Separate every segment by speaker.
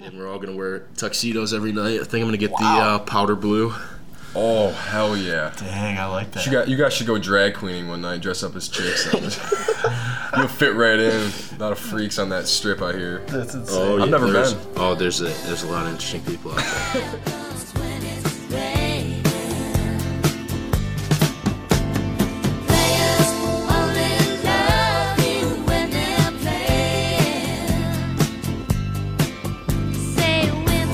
Speaker 1: and we're all gonna wear tuxedos every night. I think I'm gonna get the
Speaker 2: Wow.
Speaker 1: uh, powder blue.
Speaker 2: Oh hell yeah!
Speaker 1: Dang, I like that.
Speaker 2: You got you guys should go drag queening one night, dress up as chicks. You'll fit right in. A lot of freaks on that strip out here.
Speaker 3: That's insane.
Speaker 1: oh, yeah,
Speaker 2: I've never
Speaker 1: there's-
Speaker 2: been.
Speaker 1: Oh, there's a, there's a lot of interesting people out there.
Speaker 4: when it's raining. Players only love you when they're playing. Say when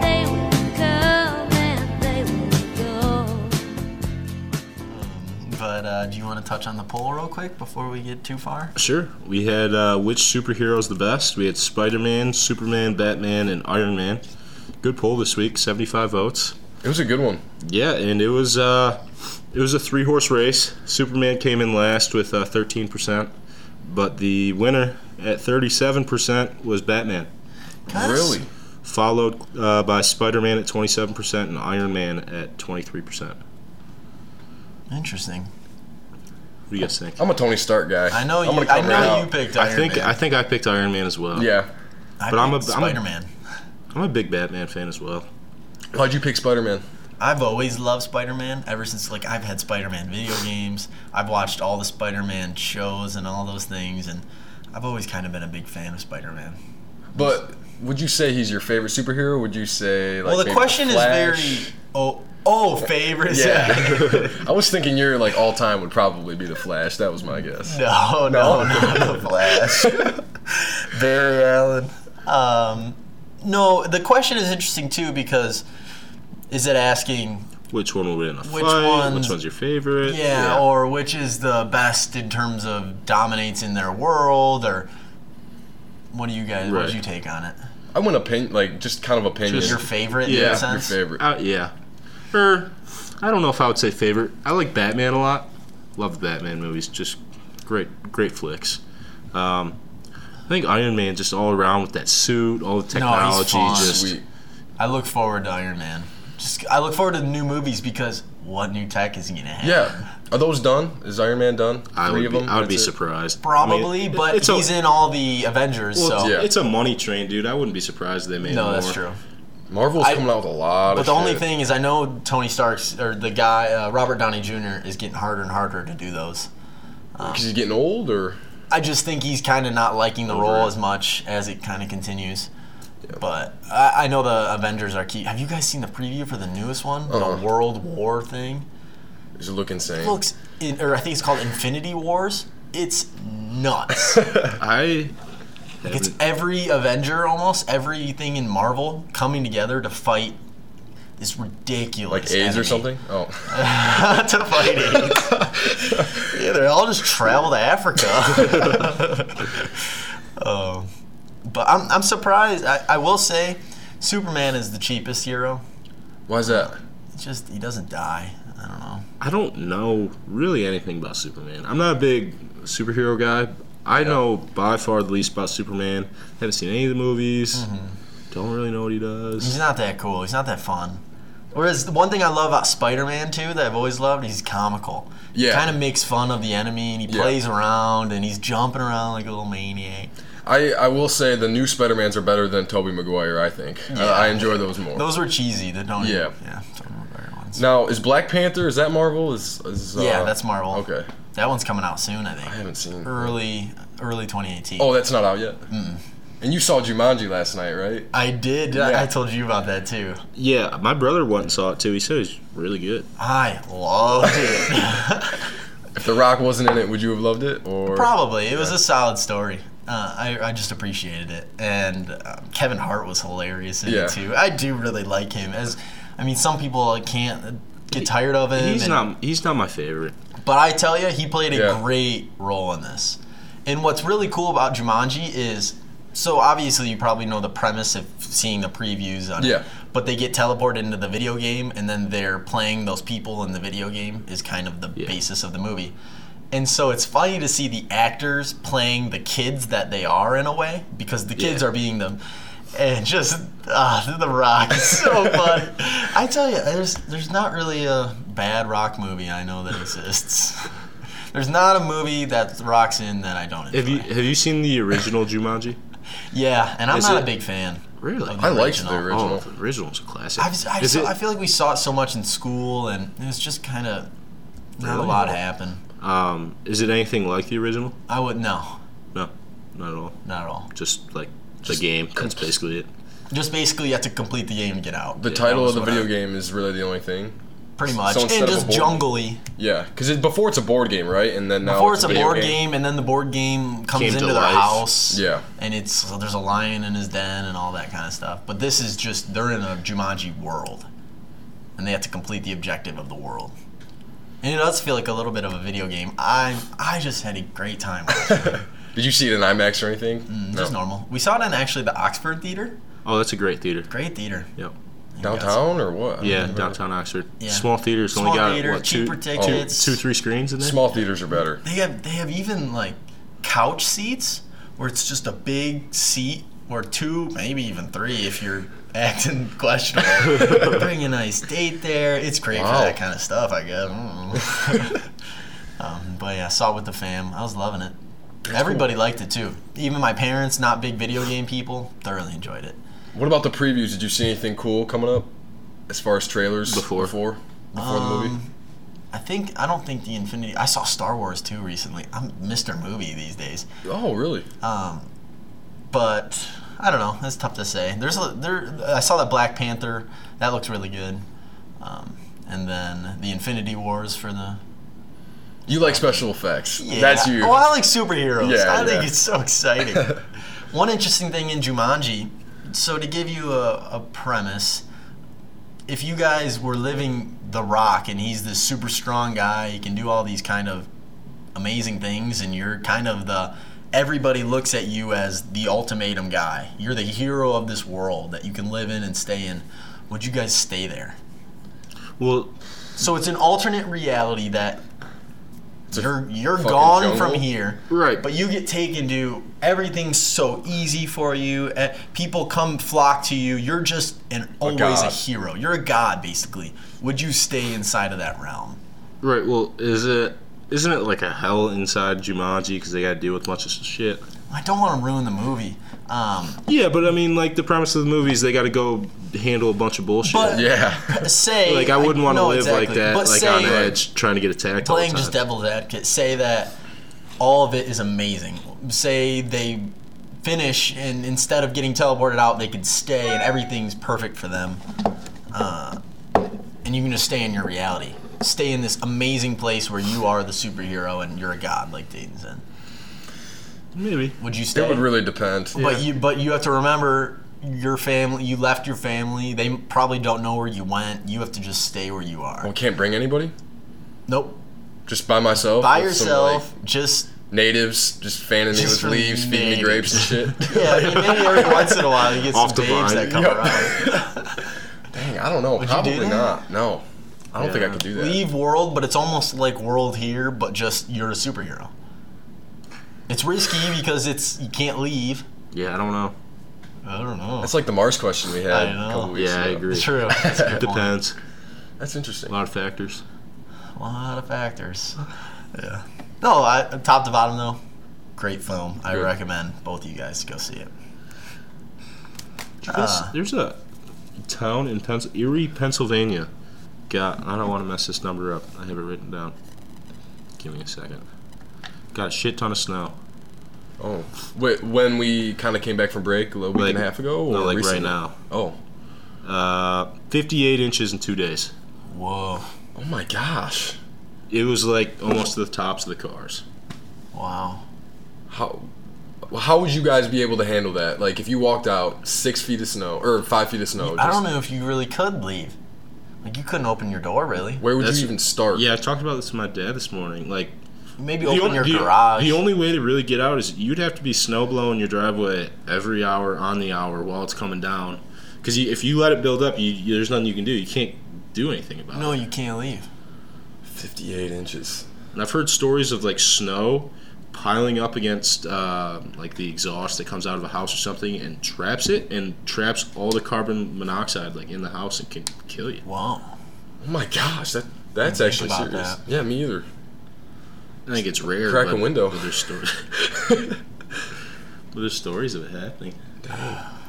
Speaker 4: they will come and they will go.
Speaker 3: But uh, do you want to touch on the poll real quick before we get too far?
Speaker 1: Sure. We had uh, which superhero's the best? We had Spider Man, Superman, Batman, and Iron Man. Good poll this week, 75 votes.
Speaker 2: It was a good one.
Speaker 1: Yeah, and it was uh, it was a three horse race. Superman came in last with uh, 13%, but the winner at 37% was Batman,
Speaker 3: Cuss.
Speaker 2: Really?
Speaker 1: followed uh, by Spider Man at 27% and Iron Man at 23%. What
Speaker 3: Interesting.
Speaker 1: do you guys think?
Speaker 2: I'm a Tony Stark guy.
Speaker 3: I know you.
Speaker 2: I'm gonna
Speaker 3: I
Speaker 2: come right
Speaker 3: know
Speaker 2: out.
Speaker 3: you picked Iron
Speaker 1: I think
Speaker 3: Man.
Speaker 1: I think I picked Iron Man as well.
Speaker 2: Yeah.
Speaker 3: I
Speaker 1: but I'm a-
Speaker 3: picked
Speaker 1: I'm a-
Speaker 3: Spider-Man.
Speaker 1: I'm a big Batman fan as well.
Speaker 2: Why'd you pick Spider Man?
Speaker 3: I've always loved Spider-Man ever since like I've had Spider-Man video games. I've watched all the Spider-Man shows and all those things, and I've always kind of been a big fan of Spider-Man.
Speaker 2: But would you say he's your favorite superhero? Would you say like
Speaker 3: Well, the
Speaker 2: maybe
Speaker 3: question is
Speaker 2: Flash?
Speaker 3: very oh oh favorites.
Speaker 2: Yeah. I was thinking your like all time would probably be the Flash. That was my guess.
Speaker 3: No, no, no, the Flash. Barry Allen. Um, no, the question is interesting too because is it asking,
Speaker 1: Which one will win in a
Speaker 3: Which
Speaker 1: fight?
Speaker 3: one's-
Speaker 1: Which one's your favorite?
Speaker 3: yeah, or which is the best in terms of dominates in their world, or what do you guys? What
Speaker 1: Right.
Speaker 3: did you take on it?
Speaker 2: I went opinion like just kind of opinion.
Speaker 3: Your favorite, in
Speaker 1: Yeah,
Speaker 3: a
Speaker 1: your
Speaker 2: Yeah, your
Speaker 3: sense?
Speaker 2: favorite.
Speaker 1: Uh, yeah. Or, I don't know if I would say favorite. I like Batman a lot. Love the Batman movies. Just great, great flicks. Um, I think Iron Man just all around with that suit, all the technology.
Speaker 3: fine.
Speaker 1: just
Speaker 2: Sweet.
Speaker 3: I look forward to Iron Man. Just I look forward to the new movies because what new tech is he gonna have?
Speaker 2: Yeah. Are those done? Is Iron Man done?
Speaker 1: I
Speaker 2: Three
Speaker 1: would
Speaker 2: of
Speaker 1: be,
Speaker 2: them.
Speaker 1: I would be
Speaker 2: That's it?
Speaker 1: surprised.
Speaker 3: Probably,
Speaker 1: I mean,
Speaker 3: but
Speaker 1: it's
Speaker 3: he's
Speaker 1: a,
Speaker 3: in all the Avengers,
Speaker 1: well,
Speaker 3: so
Speaker 1: it's- It's a money train, dude. I wouldn't be surprised if they made
Speaker 3: no, that's
Speaker 1: more.
Speaker 3: true.
Speaker 2: Marvel's
Speaker 3: I-
Speaker 2: coming out with a lot.
Speaker 3: But
Speaker 2: of
Speaker 3: the only
Speaker 2: shit.
Speaker 3: thing is, I know Tony Stark's or the guy uh, Robert Downey Jr. is getting harder and harder to do those.
Speaker 2: because he's getting old, or
Speaker 3: I just think he's kind of not liking the
Speaker 1: Over
Speaker 3: role
Speaker 1: it.
Speaker 3: as much as it kind of continues. But I, I know the Avengers are key. Have you guys seen the preview for the newest one,
Speaker 2: Uh-uh.
Speaker 3: the World War thing?
Speaker 2: does it look insane?
Speaker 3: Looks, in, or I think it's called Infinity Wars. It's nuts.
Speaker 1: I
Speaker 3: It's
Speaker 1: haven't-
Speaker 3: every Avenger, almost everything in Marvel coming together to fight this ridiculous
Speaker 2: like AIDS or
Speaker 3: enemy.
Speaker 2: something? Oh,
Speaker 3: to fight AIDS. yeah, they all just travel to Africa. um, but I'm, I'm surprised. I, I will say, Superman is the cheapest hero.
Speaker 2: why is that?
Speaker 3: It's just he doesn't die. I don't know.
Speaker 1: I don't know really anything about Superman. I'm not a big superhero guy. I know by far the least about Superman. Haven't seen any of the movies.
Speaker 3: Mm-hmm.
Speaker 1: Don't really know what he
Speaker 3: He's
Speaker 1: does.
Speaker 3: not that cool. He's not that fun. Whereas the one thing I love about Spider-Man too that I've always loved, he's comical.
Speaker 2: Yeah.
Speaker 3: He kind of makes fun of the enemy and he
Speaker 2: Yeah.
Speaker 3: plays around and he's jumping around like a little maniac.
Speaker 2: I, I will say the new Spider Mans are better than Tobey Maguire. I think I, I enjoy those more.
Speaker 3: Those were cheesy. The don't.
Speaker 2: Yeah.
Speaker 3: Yeah. Tobey Maguire ones.
Speaker 2: now is Black Panther? Is that Marvel? Is, is uh,
Speaker 3: Yeah, that's Marvel.
Speaker 2: Okay,
Speaker 3: That one's coming out soon, I think.
Speaker 2: I haven't seen.
Speaker 3: early early 2018.
Speaker 2: Oh, that's not out yet. And you saw Jumanji last night, right?
Speaker 3: I did.
Speaker 2: Yeah.
Speaker 3: I told you about that too.
Speaker 1: Yeah, my brother went and saw it too. He said he's really good.
Speaker 3: I loved it.
Speaker 2: If The Rock wasn't in it, would you have loved it? Or
Speaker 3: Probably it was a solid story. Uh, I, I just appreciated it, and um, Kevin Hart was hilarious in
Speaker 2: Yeah.
Speaker 3: it too. I do really like him. As I mean, some people like, can't get tired of him.
Speaker 1: He's
Speaker 3: and-
Speaker 1: not. He's not my favorite.
Speaker 3: But I tell you, he played a
Speaker 2: Yeah.
Speaker 3: great role in this. And what's really cool about Jumanji is so obviously you probably know the premise of seeing the previews on
Speaker 2: Yeah.
Speaker 3: it. But they get teleported into the video game and then they're playing those people in the video game is kind of the
Speaker 1: Yeah.
Speaker 3: basis of the movie. And so it's funny to see the actors playing the kids that they are in a way because the kids
Speaker 1: Yeah.
Speaker 3: are being them. And just ah, the Rock is so funny. I tell you, there's there's not really a bad Rock movie I know that exists. There's not a movie that Rock's in that I don't enjoy.
Speaker 1: Have you Have you seen the original Jumanji?
Speaker 3: yeah, and I'm
Speaker 1: Is
Speaker 3: not
Speaker 1: it-
Speaker 3: a big fan.
Speaker 1: Really?
Speaker 2: I liked
Speaker 3: Original.
Speaker 1: Oh,
Speaker 2: the original.
Speaker 1: the original's a classic.
Speaker 3: I've, I,
Speaker 1: Is
Speaker 3: saw-
Speaker 1: it-
Speaker 3: I feel like we saw it so much in school, and it was just kind of not
Speaker 1: Really?
Speaker 3: a lot happened.
Speaker 1: um, is it anything like the original?
Speaker 3: I would no,
Speaker 1: No, not at all.
Speaker 3: not at all.
Speaker 1: Just like the game. That's basically it.
Speaker 3: Just basically, you have to complete the game to get out.
Speaker 2: The
Speaker 1: Yeah,
Speaker 2: title of
Speaker 3: was
Speaker 2: the
Speaker 3: what
Speaker 2: video
Speaker 3: I-
Speaker 2: game is really the only thing.
Speaker 3: pretty much,
Speaker 2: so
Speaker 3: and
Speaker 2: instead of a
Speaker 3: just
Speaker 2: board-
Speaker 3: jungly.
Speaker 2: Yeah, because it, before it's a board game, right? And then now
Speaker 3: Before it's a
Speaker 2: video
Speaker 3: board game. and then the board game comes
Speaker 1: Came to
Speaker 3: into their
Speaker 1: life.
Speaker 3: house.
Speaker 2: Yeah.
Speaker 3: and it's so there's a lion in his den and all that kind of stuff. But this is just they're in a Jumanji world, and they have to complete the objective of the world. And it does feel like a little bit of a video game. I I just had a great time. with it.
Speaker 2: Did you see it in IMAX or anything?
Speaker 3: Mm, Just normal. We saw it in actually the Oxford Theater.
Speaker 1: Oh, that's a great theater.
Speaker 3: Great theater.
Speaker 1: Yep.
Speaker 3: You got some-
Speaker 2: Downtown or what? I don't
Speaker 1: Yeah,
Speaker 2: remember.
Speaker 1: downtown Oxford.
Speaker 3: Yeah.
Speaker 1: Small theaters
Speaker 3: Small
Speaker 1: only got
Speaker 3: theater,
Speaker 1: what two,
Speaker 3: cheaper
Speaker 1: two-
Speaker 3: tickets.
Speaker 1: two, three screens in there.
Speaker 2: Small theaters are better.
Speaker 3: They have they have even like couch seats where it's just a big seat or two, maybe even three if you're acting questionable. Bring a nice date there. It's great
Speaker 2: Wow.
Speaker 3: for that kind of stuff, I guess. I don't know. um, but yeah, saw it with the fam. I was loving it. Everybody liked it too. Even my parents, not big video game people, thoroughly enjoyed it.
Speaker 2: What about the previews? Did you see anything cool coming up as far as trailers
Speaker 1: Before.
Speaker 2: before, before the movie?
Speaker 3: Um, I think I don't think the Infinity. I saw Star Wars too recently. I'm Mr. Movie these days.
Speaker 2: Oh, really?
Speaker 3: Um, but I don't know. It's tough to say. There's a, there. I saw that Black Panther. That looks really good. Um, and then the Infinity Wars for the.
Speaker 2: You like special effects? That's you.
Speaker 3: Well, Oh, I like superheroes.
Speaker 2: Yeah,
Speaker 3: I think
Speaker 2: yeah.
Speaker 3: it's so exciting. One interesting thing in Jumanji. So to give you a, a premise, if you guys were living The Rock and he's this super strong guy, he can do all these kind of amazing things and you're kind of the everybody looks at you as the ultimatum guy. You're the hero of this world that you can live in and stay in. Would you guys stay there?
Speaker 1: Well,
Speaker 3: So it's an alternate reality that
Speaker 2: a
Speaker 3: you're you're
Speaker 2: fucking
Speaker 3: gone from
Speaker 2: jungle.
Speaker 3: here.
Speaker 1: Right.
Speaker 3: But you get taken to everything's so easy for you. eh, People come flock to you. You're just an always a
Speaker 2: god.
Speaker 3: hero. You're a god basically. Would you stay inside of that realm?
Speaker 1: right. Well, is it? Isn't it like a hell inside Jumanji because they got to deal with a bunch of shit?
Speaker 3: I don't want to ruin the movie. Um,
Speaker 1: Yeah, but I mean, like the premise of the movie is they got to go handle a bunch of bullshit.
Speaker 3: But-
Speaker 2: yeah.
Speaker 3: say
Speaker 1: like I wouldn't want to
Speaker 3: no,
Speaker 1: live like
Speaker 3: exactly.
Speaker 1: that,
Speaker 3: But
Speaker 1: like
Speaker 3: say,
Speaker 1: on edge, trying to get attacked all the
Speaker 3: playing
Speaker 1: time.
Speaker 3: just devil's advocate, say that all of it is amazing. Say they finish and instead of getting teleported out, they could stay and everything's perfect for them. Uh, and you can just stay in your reality. Stay in this amazing place where you are the superhero and you're a god, like Dayton said.
Speaker 1: Maybe.
Speaker 3: Would you stay?
Speaker 2: It would really depend.
Speaker 3: But you but you have to remember your family. You left your family. They probably don't know where you went. You have to just stay where you are.
Speaker 2: I Oh, can't bring anybody.
Speaker 3: Nope.
Speaker 2: Just by myself.
Speaker 3: By
Speaker 2: with some,
Speaker 3: yourself.
Speaker 2: like,
Speaker 3: Just
Speaker 2: natives just fanning me
Speaker 3: Just
Speaker 2: with leaves, feeding me grapes and shit.
Speaker 3: yeah. I mean, maybe every once in a while you get
Speaker 1: Off
Speaker 3: some
Speaker 1: the
Speaker 3: babes
Speaker 1: vine.
Speaker 3: that come
Speaker 2: Yeah.
Speaker 3: around.
Speaker 2: Dang, I don't know.
Speaker 3: you do
Speaker 2: Probably
Speaker 3: that?
Speaker 2: not. No, I don't think I
Speaker 1: Yeah.
Speaker 2: could do that.
Speaker 3: Leave world, but it's almost like world here, but just you're a superhero. It's risky because it's you can't leave.
Speaker 1: Yeah, I don't know.
Speaker 3: I don't know.
Speaker 2: That's like the Mars question we had
Speaker 3: I know.
Speaker 2: a couple weeks
Speaker 1: Yeah, I
Speaker 2: ago.
Speaker 1: agree.
Speaker 3: True. That's a good point.
Speaker 1: Depends.
Speaker 2: That's interesting.
Speaker 1: A lot of factors.
Speaker 3: A lot of factors. Yeah. No, I, top to bottom though, great film. I
Speaker 2: Good.
Speaker 3: recommend both of you guys to go see it.
Speaker 1: There's,
Speaker 3: Ah.
Speaker 1: there's a town in Pens- Erie, Pennsylvania. Got I don't want to mess this number up. I have it written down. Give me a second. Got a shit ton of snow.
Speaker 2: Oh, wait, when we kind of came back from break a little week
Speaker 1: Like-
Speaker 2: and a half ago, or
Speaker 1: No, like
Speaker 2: recently?
Speaker 1: right now.
Speaker 2: Oh,
Speaker 1: Uh, 58 inches in two days.
Speaker 3: Whoa.
Speaker 2: oh my gosh!
Speaker 1: It was like almost to the tops of the cars.
Speaker 3: Wow.
Speaker 2: How how would you guys be able to handle that? Like if you walked out six feet of snow or five feet of snow,
Speaker 3: I
Speaker 2: just-
Speaker 3: don't know if you really could leave. Like you couldn't open your door really.
Speaker 2: Where would
Speaker 1: That's-
Speaker 2: you even start?
Speaker 1: Yeah, I talked about this with my dad this morning. Like
Speaker 3: Maybe
Speaker 1: the
Speaker 3: open
Speaker 1: on-
Speaker 3: your
Speaker 1: the,
Speaker 3: garage.
Speaker 1: the only way to really get out is you'd have to be snow blowing your driveway every hour on the hour while it's coming down. Because if you let it build up, you, you, there's nothing you can do. You can't do anything about it.
Speaker 3: no, you can't leave.
Speaker 2: Fifty-eight inches.
Speaker 1: And I've heard stories of like snow piling up against uh, like the exhaust that comes out of a house or something and traps it and traps all the carbon monoxide like in the house and can kill you.
Speaker 3: Wow.
Speaker 2: Oh my gosh, that that's
Speaker 3: think
Speaker 2: actually
Speaker 3: about
Speaker 2: serious.
Speaker 3: that.
Speaker 2: Yeah, me either.
Speaker 1: I think it's rare.
Speaker 2: Crack a
Speaker 1: but-
Speaker 2: window.
Speaker 1: But there's stories. but there's stories of it happening.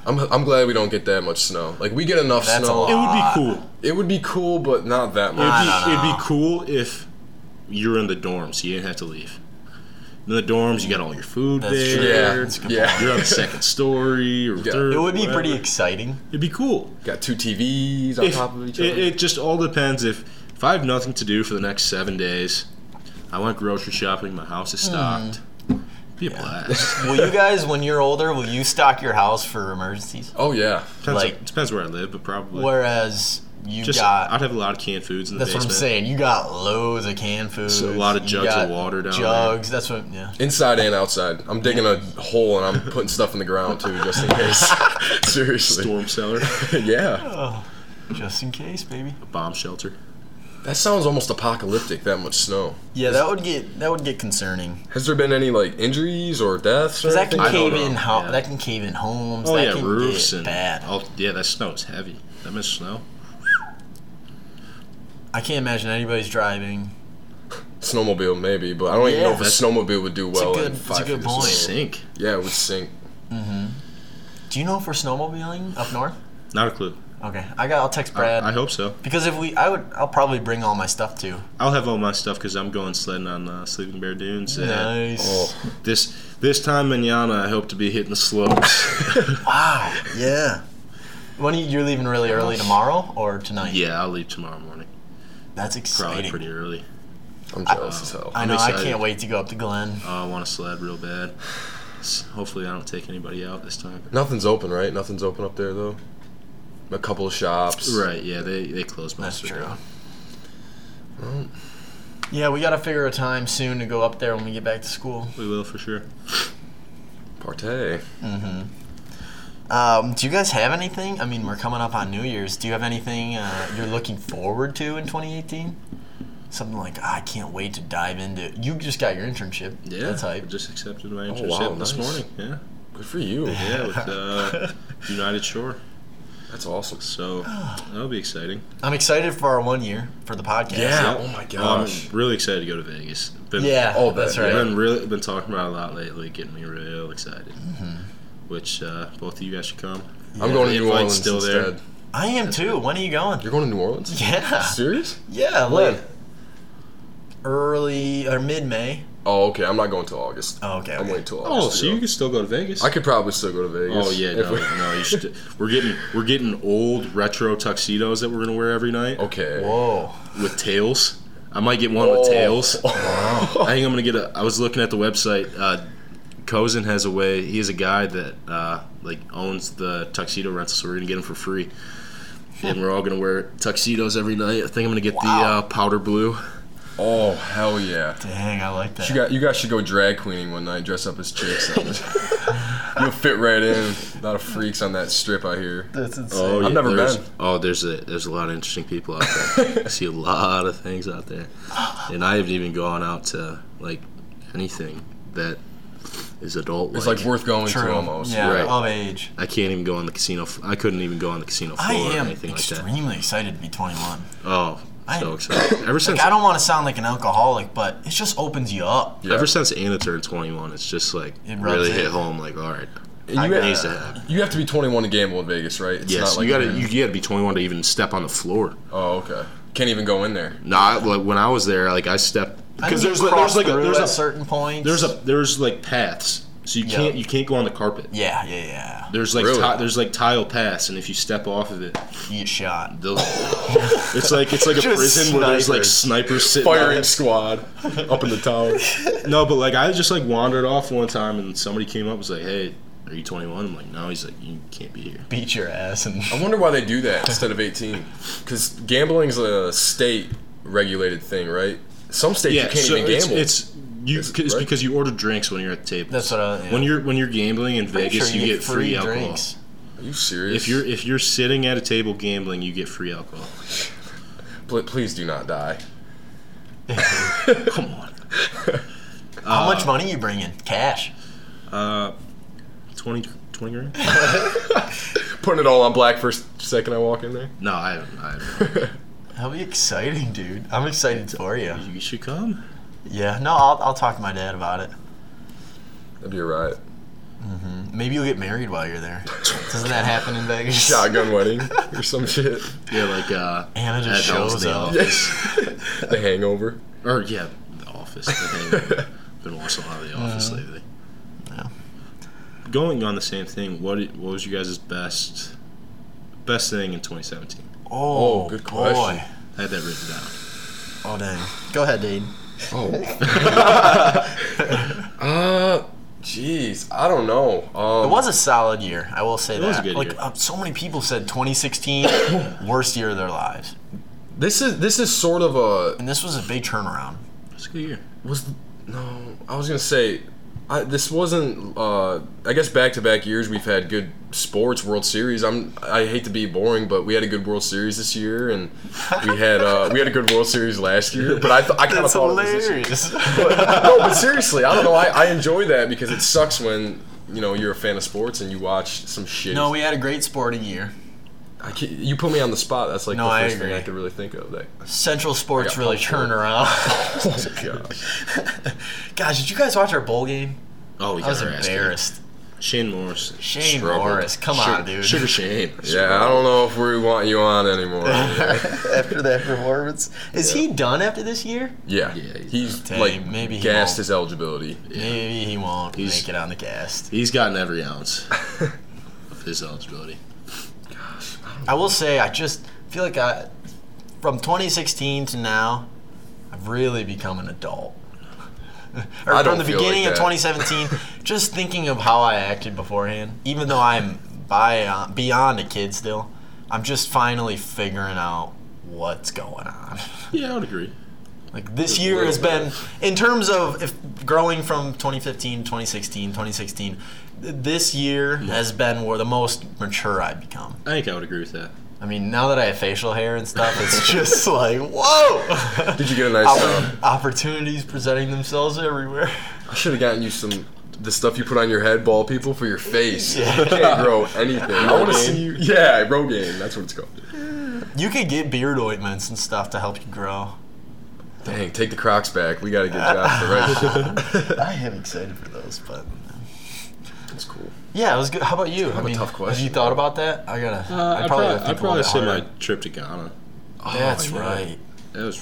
Speaker 2: I'm, I'm glad we don't get that much snow. Like we get enough
Speaker 3: That's a
Speaker 2: snow.
Speaker 1: It
Speaker 3: lot.
Speaker 1: would be cool.
Speaker 2: It would be cool, but not that
Speaker 1: It'd
Speaker 2: much.
Speaker 1: be,
Speaker 3: Ah, no, no,
Speaker 1: it'd
Speaker 3: no.
Speaker 1: be cool if you were in the dorms. You didn't have to leave. In the dorms, you got all your food
Speaker 3: That's
Speaker 1: there.
Speaker 3: true.
Speaker 2: Yeah,
Speaker 3: That's a good
Speaker 2: yeah.
Speaker 1: You're on the second story or
Speaker 2: Yeah.
Speaker 1: third.
Speaker 3: It would be
Speaker 1: whatever.
Speaker 3: pretty exciting.
Speaker 1: It'd be cool.
Speaker 2: Got two TVs on
Speaker 1: If-
Speaker 2: top of each other.
Speaker 1: it, it just all depends. If if I have nothing to do for the next seven days, I went grocery shopping. My house
Speaker 3: Hmm.
Speaker 1: is stocked. Be a blast.
Speaker 3: Will you guys, when you're older, will you stock your house for emergencies?
Speaker 2: oh yeah.
Speaker 1: Depends,
Speaker 3: Like-
Speaker 1: depends where I live, but probably.
Speaker 3: Whereas you
Speaker 1: just
Speaker 3: got
Speaker 1: I'd have a lot of canned foods in the
Speaker 3: That's what
Speaker 1: basement.
Speaker 3: I'm saying. You got loads of canned food.
Speaker 1: So a lot of jugs of water down there.
Speaker 3: Jugs. That's what. Yeah.
Speaker 2: Inside and outside. I'm digging a hole and I'm putting stuff in the ground too, just in case. Seriously.
Speaker 1: Storm cellar,
Speaker 2: yeah.
Speaker 3: Just in case, baby.
Speaker 1: a bomb shelter.
Speaker 2: That sounds almost apocalyptic. That much snow.
Speaker 3: Yeah, that would get that would get concerning.
Speaker 2: Has there been any like injuries or deaths? Or
Speaker 3: Cause that can
Speaker 2: anything?
Speaker 3: cave
Speaker 1: know,
Speaker 3: in ho-
Speaker 1: yeah.
Speaker 3: that can cave in homes.
Speaker 1: Oh
Speaker 3: that
Speaker 1: yeah,
Speaker 3: can
Speaker 1: roofs
Speaker 3: get
Speaker 1: and
Speaker 3: bad.
Speaker 1: all. Yeah, that snow is heavy. That much snow.
Speaker 3: I can't imagine anybody's driving.
Speaker 2: Snowmobile maybe, but I don't even
Speaker 3: Yeah.
Speaker 2: know if a
Speaker 1: That's-
Speaker 2: snowmobile would do well.
Speaker 3: good-
Speaker 2: in
Speaker 3: it's a
Speaker 2: five
Speaker 3: good
Speaker 2: feet of
Speaker 3: point.
Speaker 2: snow.
Speaker 1: Sink.
Speaker 2: Yeah, it would sink.
Speaker 3: Do you know if we're snowmobiling up north?
Speaker 1: Not a clue.
Speaker 3: Okay, I got. I'll text
Speaker 1: I,
Speaker 3: Brad
Speaker 1: I hope so.
Speaker 3: because if we, I would, I'll probably bring all my stuff too.
Speaker 1: I'll have all my stuff because I'm going sledding on uh, Sleeping Bear Dunes. and
Speaker 3: Nice.
Speaker 2: Oh,
Speaker 1: This this time manana, I hope to be hitting the slopes.
Speaker 3: Wow. Yeah. When are you, you're leaving really early tomorrow or tonight?
Speaker 1: yeah, I'll leave tomorrow morning.
Speaker 3: That's
Speaker 1: Probably
Speaker 3: exciting.
Speaker 1: pretty early.
Speaker 2: I'm jealous as hell.
Speaker 3: I
Speaker 1: I'm
Speaker 3: know. I
Speaker 1: excited.
Speaker 3: can't wait to go up to Glen.
Speaker 1: Oh, I want to sled real bad. S- Hopefully, I don't take anybody out this time.
Speaker 2: Nothing's open, right? Nothing's open up there though. A couple of shops.
Speaker 1: Right? Yeah, they they close
Speaker 3: That's
Speaker 1: most of it
Speaker 3: true.
Speaker 1: down.
Speaker 3: Yeah, we gotta figure a time soon to go up there when we get back to school.
Speaker 1: We will for sure.
Speaker 2: Partey.
Speaker 3: Um, do you guys have anything? I mean, we're coming up on New Year's. Do you have anything uh, you're looking forward to in 2018? Something like "Ah, I can't wait to dive into. You just got your internship.
Speaker 1: Yeah,
Speaker 3: that's
Speaker 1: I
Speaker 3: hype.
Speaker 1: just accepted my
Speaker 2: wow,
Speaker 1: internship this
Speaker 2: nice.
Speaker 1: morning. Yeah,
Speaker 2: Good for you.
Speaker 1: yeah, with uh, United Shore.
Speaker 2: That's awesome.
Speaker 1: So that'll be exciting.
Speaker 3: I'm excited for our one year for the podcast.
Speaker 2: Yeah. Oh my
Speaker 1: Well, I'm
Speaker 2: gosh.
Speaker 1: really excited to go to Vegas. Been,
Speaker 3: yeah.
Speaker 2: Oh,
Speaker 3: that's
Speaker 2: that-
Speaker 1: I've
Speaker 3: right.
Speaker 1: been really been talking about it a lot lately, getting me real excited. Which uh, both of you guys should come.
Speaker 2: I'm going to
Speaker 1: The
Speaker 2: New
Speaker 1: invite's
Speaker 2: Orleans
Speaker 1: still there.
Speaker 2: instead.
Speaker 3: I am too. When are you going?
Speaker 2: You're going to New Orleans?
Speaker 3: Yeah.
Speaker 2: Serious?
Speaker 3: Yeah. Like early or mid May.
Speaker 2: Oh, okay. I'm not going till August.
Speaker 3: Oh, okay.
Speaker 2: I'm
Speaker 3: okay.
Speaker 2: waiting till August.
Speaker 1: Oh, so you can still go to Vegas?
Speaker 2: I could probably still go to Vegas.
Speaker 1: Oh yeah,
Speaker 2: if
Speaker 1: no,
Speaker 2: we-
Speaker 1: no, you should. We're getting we're getting old retro tuxedos that we're gonna wear every night
Speaker 2: okay.
Speaker 3: Whoa.
Speaker 1: with tails. I might get one with
Speaker 2: Oh.
Speaker 1: tails. I think I'm gonna get a. I was looking at the website. Uh, Cozen has a way. He is a guy that uh, like owns the tuxedo rental, so we're gonna get him for free. And we're all gonna wear tuxedos every night. I think I'm gonna get
Speaker 3: Wow.
Speaker 1: the uh, powder blue.
Speaker 2: Oh hell yeah.
Speaker 3: Dang, I like that.
Speaker 2: You got you guys should go drag queening one night, dress up as chicks. You'll fit right in. A lot of freaks on that strip out here.
Speaker 3: that's insane.
Speaker 1: Oh,
Speaker 2: I've never
Speaker 1: there's,
Speaker 2: been.
Speaker 1: Oh, there's a there's a lot of interesting people out there. I see a lot of things out there, and I haven't even gone out to like anything that is adult.
Speaker 2: It's like worth going
Speaker 3: True.
Speaker 2: to almost.
Speaker 3: Yeah,
Speaker 1: Right.
Speaker 3: of age.
Speaker 1: I can't even go on the casino. F- I couldn't even go on the casino floor
Speaker 3: I
Speaker 1: or
Speaker 3: am
Speaker 1: anything like that.
Speaker 3: extremely excited to be 21.
Speaker 1: Oh,
Speaker 3: I
Speaker 1: so
Speaker 3: am-
Speaker 1: excited! Ever since
Speaker 3: Like, I don't want to sound like an alcoholic, but it just opens you up.
Speaker 2: Yeah.
Speaker 1: ever since Anna turned 21, it's just like
Speaker 3: It Uh, rubs
Speaker 1: really
Speaker 3: in.
Speaker 1: hit home. Like, all right,
Speaker 2: And you,
Speaker 3: I
Speaker 1: it needs
Speaker 2: have,
Speaker 1: to happen.
Speaker 2: you have to be 21 to gamble in Vegas, right? It's
Speaker 1: Yes,
Speaker 2: not like
Speaker 1: you gotta you gotta be 21 to even step on the floor.
Speaker 2: Oh, okay. Can't even go in there.
Speaker 1: No, I, like, when I was there, like I stepped
Speaker 3: I
Speaker 1: because
Speaker 3: think
Speaker 1: there's
Speaker 3: you
Speaker 1: like,
Speaker 3: cross
Speaker 1: there's like a,
Speaker 3: through
Speaker 1: there's
Speaker 3: at
Speaker 1: a
Speaker 3: certain point.
Speaker 1: there's a there's like paths so you
Speaker 3: Yeah.
Speaker 1: can't you can't go on the carpet
Speaker 3: yeah, yeah, yeah.
Speaker 1: there's like
Speaker 2: Really?
Speaker 1: ti- there's like tile paths and if you step off of it
Speaker 3: You get shot.
Speaker 1: they'll it's like it's like a
Speaker 3: Just
Speaker 1: prison where there's like snipers sitting on
Speaker 2: Firing
Speaker 1: it.
Speaker 2: squad up in the tower.
Speaker 1: no but like i just like wandered off one time and somebody came up and was like hey are you 21 i'm like no he's like you can't be here
Speaker 3: Beat your ass and
Speaker 2: I wonder why they do that instead of 18. Because gambling's a state regulated thing, right? Some states you can't
Speaker 1: so
Speaker 2: even
Speaker 1: it's,
Speaker 2: gamble.
Speaker 1: it's you
Speaker 2: Is it
Speaker 1: it's
Speaker 2: right?
Speaker 1: because you order drinks when you're at the table
Speaker 3: That's what I- yeah.
Speaker 1: when you're when you're gambling in
Speaker 3: Pretty
Speaker 1: vegas
Speaker 3: sure
Speaker 1: you, get, free, alcohol
Speaker 3: drinks.
Speaker 2: Are you serious?
Speaker 1: if you're if you're sitting at a table gambling you get free alcohol
Speaker 2: Pl- please do not die.
Speaker 1: come on Uh,
Speaker 3: How much money you bringing? Cash.
Speaker 1: 20 20 Uh, grand
Speaker 2: Putting it all on black for a s- second I walk in there.
Speaker 1: No, I don't. I
Speaker 3: That'll be exciting, dude. I'm excited for you.
Speaker 1: don't. You should come.
Speaker 3: Yeah. No, I'll, I'll talk to my dad about it.
Speaker 2: That'd be a riot.
Speaker 3: Maybe you'll get married while you're there. Doesn't that happen in Vegas?
Speaker 2: Shotgun wedding or some shit.
Speaker 1: Yeah, like uh,
Speaker 3: Anna just
Speaker 1: That helps
Speaker 3: shows
Speaker 1: the
Speaker 3: up.
Speaker 2: the hangover.
Speaker 1: or yeah, The Office. I think. Been watching a lot of The Office lately.
Speaker 3: Uh, Yeah.
Speaker 1: Going on the same thing. What i- what was you guys' best best thing in 2017?
Speaker 3: Oh,
Speaker 2: Oh, good
Speaker 3: boy.
Speaker 2: question.
Speaker 1: I had that written down.
Speaker 3: Oh, dang. Go ahead, Dade.
Speaker 2: Oh. uh, jeez, I don't know. Um,
Speaker 3: It was a solid year. I will say that.
Speaker 1: was a good
Speaker 3: like
Speaker 1: year.
Speaker 3: uh, so many people said 2016 worst year of their lives,
Speaker 2: This is this is sort of a
Speaker 3: and this was a big turnaround.
Speaker 1: It's a good year.
Speaker 2: was no. I was gonna say, I, this wasn't. Uh, I guess back to back years we've had good sports World Series. I'm. I hate to be boring, but we had a good World Series this year, and we had uh, we had a good World Series last year. But I th- I kind of
Speaker 3: That's
Speaker 2: thought it was this year.
Speaker 3: hilarious.
Speaker 2: But, no, but seriously, I don't know. I, I enjoy that because it sucks when you know you're a fan of sports and you watch some shit.
Speaker 3: no, we had a great sporting year.
Speaker 2: I can't, you put me on the spot. That's like
Speaker 3: No,
Speaker 2: the
Speaker 3: I
Speaker 2: first thing
Speaker 3: agree.
Speaker 2: I could really think of. That.
Speaker 3: Central sports
Speaker 2: got
Speaker 3: really
Speaker 2: pumped
Speaker 3: turned around.
Speaker 2: gosh.
Speaker 3: Gosh, did you guys watch our bowl game?
Speaker 1: Oh, we
Speaker 3: I was
Speaker 1: got our ass kicked.
Speaker 3: embarrassed.
Speaker 1: Shane Morris.
Speaker 3: Shane
Speaker 2: Struggled.
Speaker 3: Morris, come
Speaker 1: Sugar,
Speaker 3: on, dude.
Speaker 1: Sugar Shane.
Speaker 2: Yeah, I don't know if we want you on anymore.
Speaker 3: after that performance, is he done after this year?
Speaker 2: Yeah,
Speaker 1: Yeah, he's
Speaker 2: he's
Speaker 3: Dang,
Speaker 2: like
Speaker 3: maybe he
Speaker 2: gassed
Speaker 3: won't.
Speaker 2: his eligibility.
Speaker 3: Maybe he won't
Speaker 1: He's-
Speaker 3: make it on the cast.
Speaker 1: He's gotten every ounce of his eligibility.
Speaker 3: I will say, I just feel like I, from 2016 to now, I've really become an adult. or
Speaker 2: I
Speaker 3: from
Speaker 2: don't
Speaker 3: the
Speaker 2: feel
Speaker 3: beginning
Speaker 2: like
Speaker 3: of
Speaker 2: that.
Speaker 3: 2017, just thinking of how I acted beforehand, even though I'm by, uh, beyond a kid still, I'm just finally figuring out what's going on.
Speaker 1: Yeah, I would agree.
Speaker 3: Like this year has been, in terms of if growing from 2015, 2016, 2016, th- this year has been where the most mature I've become.
Speaker 1: I think I would agree with that.
Speaker 3: I mean, now that I have facial hair and stuff, it's just like whoa.
Speaker 2: Did you get a nice? Uh,
Speaker 3: Oppor- opportunities presenting themselves everywhere.
Speaker 2: I should have gotten you some the stuff you put on your head, ball people, for your face. You can't grow anything. I want to see you. Yeah, Rogaine. That's what it's called.
Speaker 3: You could get beard ointments and stuff to help you grow.
Speaker 2: Dang, take the Crocs back. We got to get Josh the right shit.
Speaker 3: I am excited for those, but
Speaker 2: That's cool.
Speaker 3: yeah, it was good. How about you? I
Speaker 2: a tough
Speaker 3: Have you
Speaker 2: question.
Speaker 3: thought about that? I gotta.
Speaker 1: Uh, I probably,
Speaker 3: gotta
Speaker 1: I
Speaker 3: think a
Speaker 1: probably
Speaker 3: little
Speaker 1: say
Speaker 3: bit
Speaker 1: my
Speaker 3: harder.
Speaker 1: trip to Ghana.
Speaker 3: That's
Speaker 2: Oh, yeah.
Speaker 3: right.
Speaker 1: That was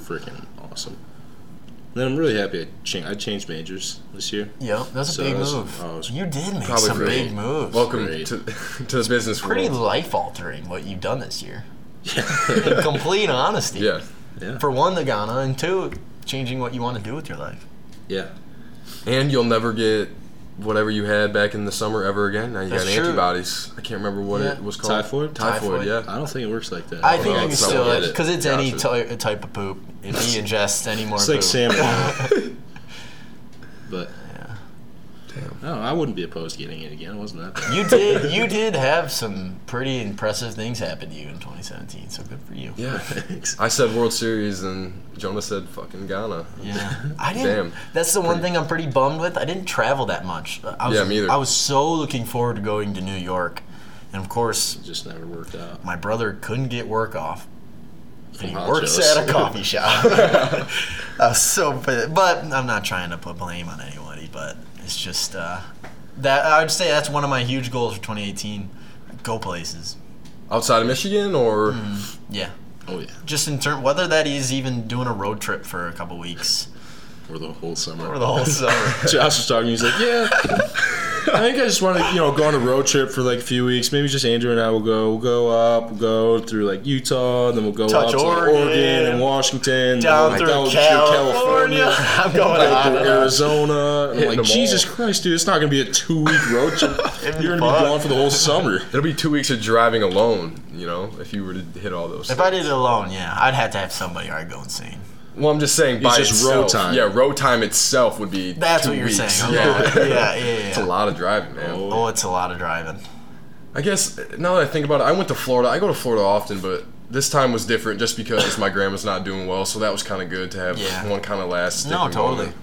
Speaker 1: freaking awesome. Then I'm really happy I, cha- I changed majors this year.
Speaker 3: Yep, that's a
Speaker 1: So
Speaker 3: big
Speaker 1: it was-
Speaker 3: move.
Speaker 1: oh, it was
Speaker 3: you did make
Speaker 2: probably
Speaker 3: some
Speaker 2: pretty-
Speaker 3: big moves.
Speaker 2: Welcome
Speaker 1: Great.
Speaker 2: to to the business
Speaker 3: pretty
Speaker 2: world.
Speaker 3: life altering what you've done this year. In complete honesty.
Speaker 2: Yeah.
Speaker 1: Yeah.
Speaker 3: For one, the Ghana, and two, changing what you want to do with your life.
Speaker 1: yeah.
Speaker 2: And you'll never get whatever you had back in the summer ever again. Now you
Speaker 3: That's
Speaker 2: got
Speaker 3: true.
Speaker 2: antibodies. I can't remember what
Speaker 3: Yeah.
Speaker 2: it was called.
Speaker 1: Typhoid?
Speaker 2: Typhoid,
Speaker 3: Typhoid.
Speaker 2: yeah.
Speaker 1: I don't think it works like that.
Speaker 3: I think
Speaker 2: Oh, no,
Speaker 3: you can
Speaker 2: it's not
Speaker 3: still,
Speaker 2: what it is.
Speaker 3: because it's any
Speaker 2: Gotcha.
Speaker 3: ty- type of poop. If he ingests any more
Speaker 1: it's
Speaker 3: poop,
Speaker 1: like salmon. but
Speaker 2: Damn.
Speaker 1: no, I wouldn't be opposed to getting it again. It wasn't that bad.
Speaker 3: you did you did have some pretty impressive things happen to you in 2017. So good for you.
Speaker 2: Yeah.
Speaker 1: Thanks.
Speaker 2: I said World Series and Jonah said fucking Ghana.
Speaker 3: Yeah, I didn't.
Speaker 2: Damn.
Speaker 3: That's the one thing I'm pretty bummed with. I didn't travel that much. I was,
Speaker 2: Yeah, me either.
Speaker 3: I was so looking forward to going to New York, and of course,
Speaker 1: It just never worked out.
Speaker 3: my brother couldn't get work off. And he
Speaker 1: Wow,
Speaker 3: works
Speaker 1: Joe's.
Speaker 3: at a coffee shop. I was so, pissed. but I'm not trying to put blame on anybody. But it's just uh, that I would say that's one of my huge goals for 2018: go places.
Speaker 2: Outside of Michigan or
Speaker 3: Hmm. Yeah,
Speaker 1: Oh yeah,
Speaker 3: just in turn, whether that is even doing a road trip for a couple weeks
Speaker 1: for the whole summer.
Speaker 3: or the whole summer.
Speaker 1: Josh was talking. He's like, "Yeah, I think I just want to, you know, go on a road trip for like a few weeks. Maybe just Andrew and I will go. We'll go up. We'll go through like Utah, then we'll go
Speaker 3: Touch
Speaker 1: up to like,
Speaker 3: Oregon.
Speaker 1: Oregon and Washington,
Speaker 3: down
Speaker 1: then
Speaker 3: through
Speaker 1: we'll go
Speaker 3: California. I'm going
Speaker 1: down
Speaker 3: on
Speaker 1: through
Speaker 3: and on.
Speaker 1: Arizona. I'm
Speaker 2: Hitting
Speaker 1: like,
Speaker 2: them
Speaker 1: Jesus
Speaker 2: all.
Speaker 1: Christ, dude, it's not gonna be a two week road trip.
Speaker 3: It'd be
Speaker 1: You're gonna be
Speaker 3: fun.
Speaker 1: gone for the whole summer.
Speaker 2: it'll be two weeks of driving alone, you know, if you were to hit all those.
Speaker 3: If I did it alone, yeah, I'd have to have somebody or I'd go insane.
Speaker 2: well, I'm just saying by
Speaker 1: just road
Speaker 2: itself-
Speaker 1: time.
Speaker 2: Yeah, road time itself would be
Speaker 3: That's
Speaker 2: two
Speaker 3: what you're
Speaker 2: weeks.
Speaker 3: saying.
Speaker 2: Yeah.
Speaker 3: Okay. Yeah, yeah,
Speaker 2: It's a
Speaker 3: yeah.
Speaker 2: lot of driving, man.
Speaker 3: Oh, it's a lot of driving.
Speaker 2: I guess now that I think about it, I went to Florida. I go to Florida often, but this time was different just because my grandma's not doing well, so that was kind of good to have
Speaker 3: Yeah.
Speaker 2: one kind of last.
Speaker 3: No,
Speaker 2: sticking
Speaker 3: totally.
Speaker 2: moment.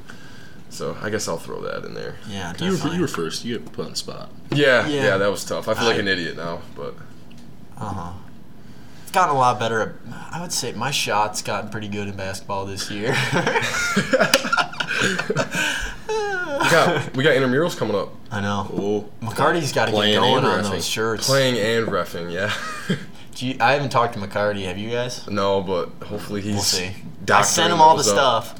Speaker 2: So I guess I'll throw that in there.
Speaker 3: Yeah,
Speaker 1: You were,
Speaker 3: definitely.
Speaker 1: you were first. You get put on the spot.
Speaker 2: Yeah,
Speaker 3: Yeah.
Speaker 2: yeah, that was tough. I feel like an idiot now, but
Speaker 3: Uh-huh. It's gotten a lot better. At, I would say my shots gotten pretty good in basketball this year.
Speaker 2: We got, we got intramurals coming up.
Speaker 3: I know.
Speaker 2: Oh,
Speaker 3: McCarty's got to get
Speaker 2: playing
Speaker 3: going
Speaker 2: and
Speaker 3: on
Speaker 2: reffing.
Speaker 3: those shirts.
Speaker 2: Playing and refing, yeah.
Speaker 3: Do you, I haven't talked to McCarty. Have you guys?
Speaker 2: no, but hopefully he's.
Speaker 3: We'll see. I
Speaker 2: doctoring
Speaker 3: sent him all the
Speaker 2: those up.
Speaker 3: stuff.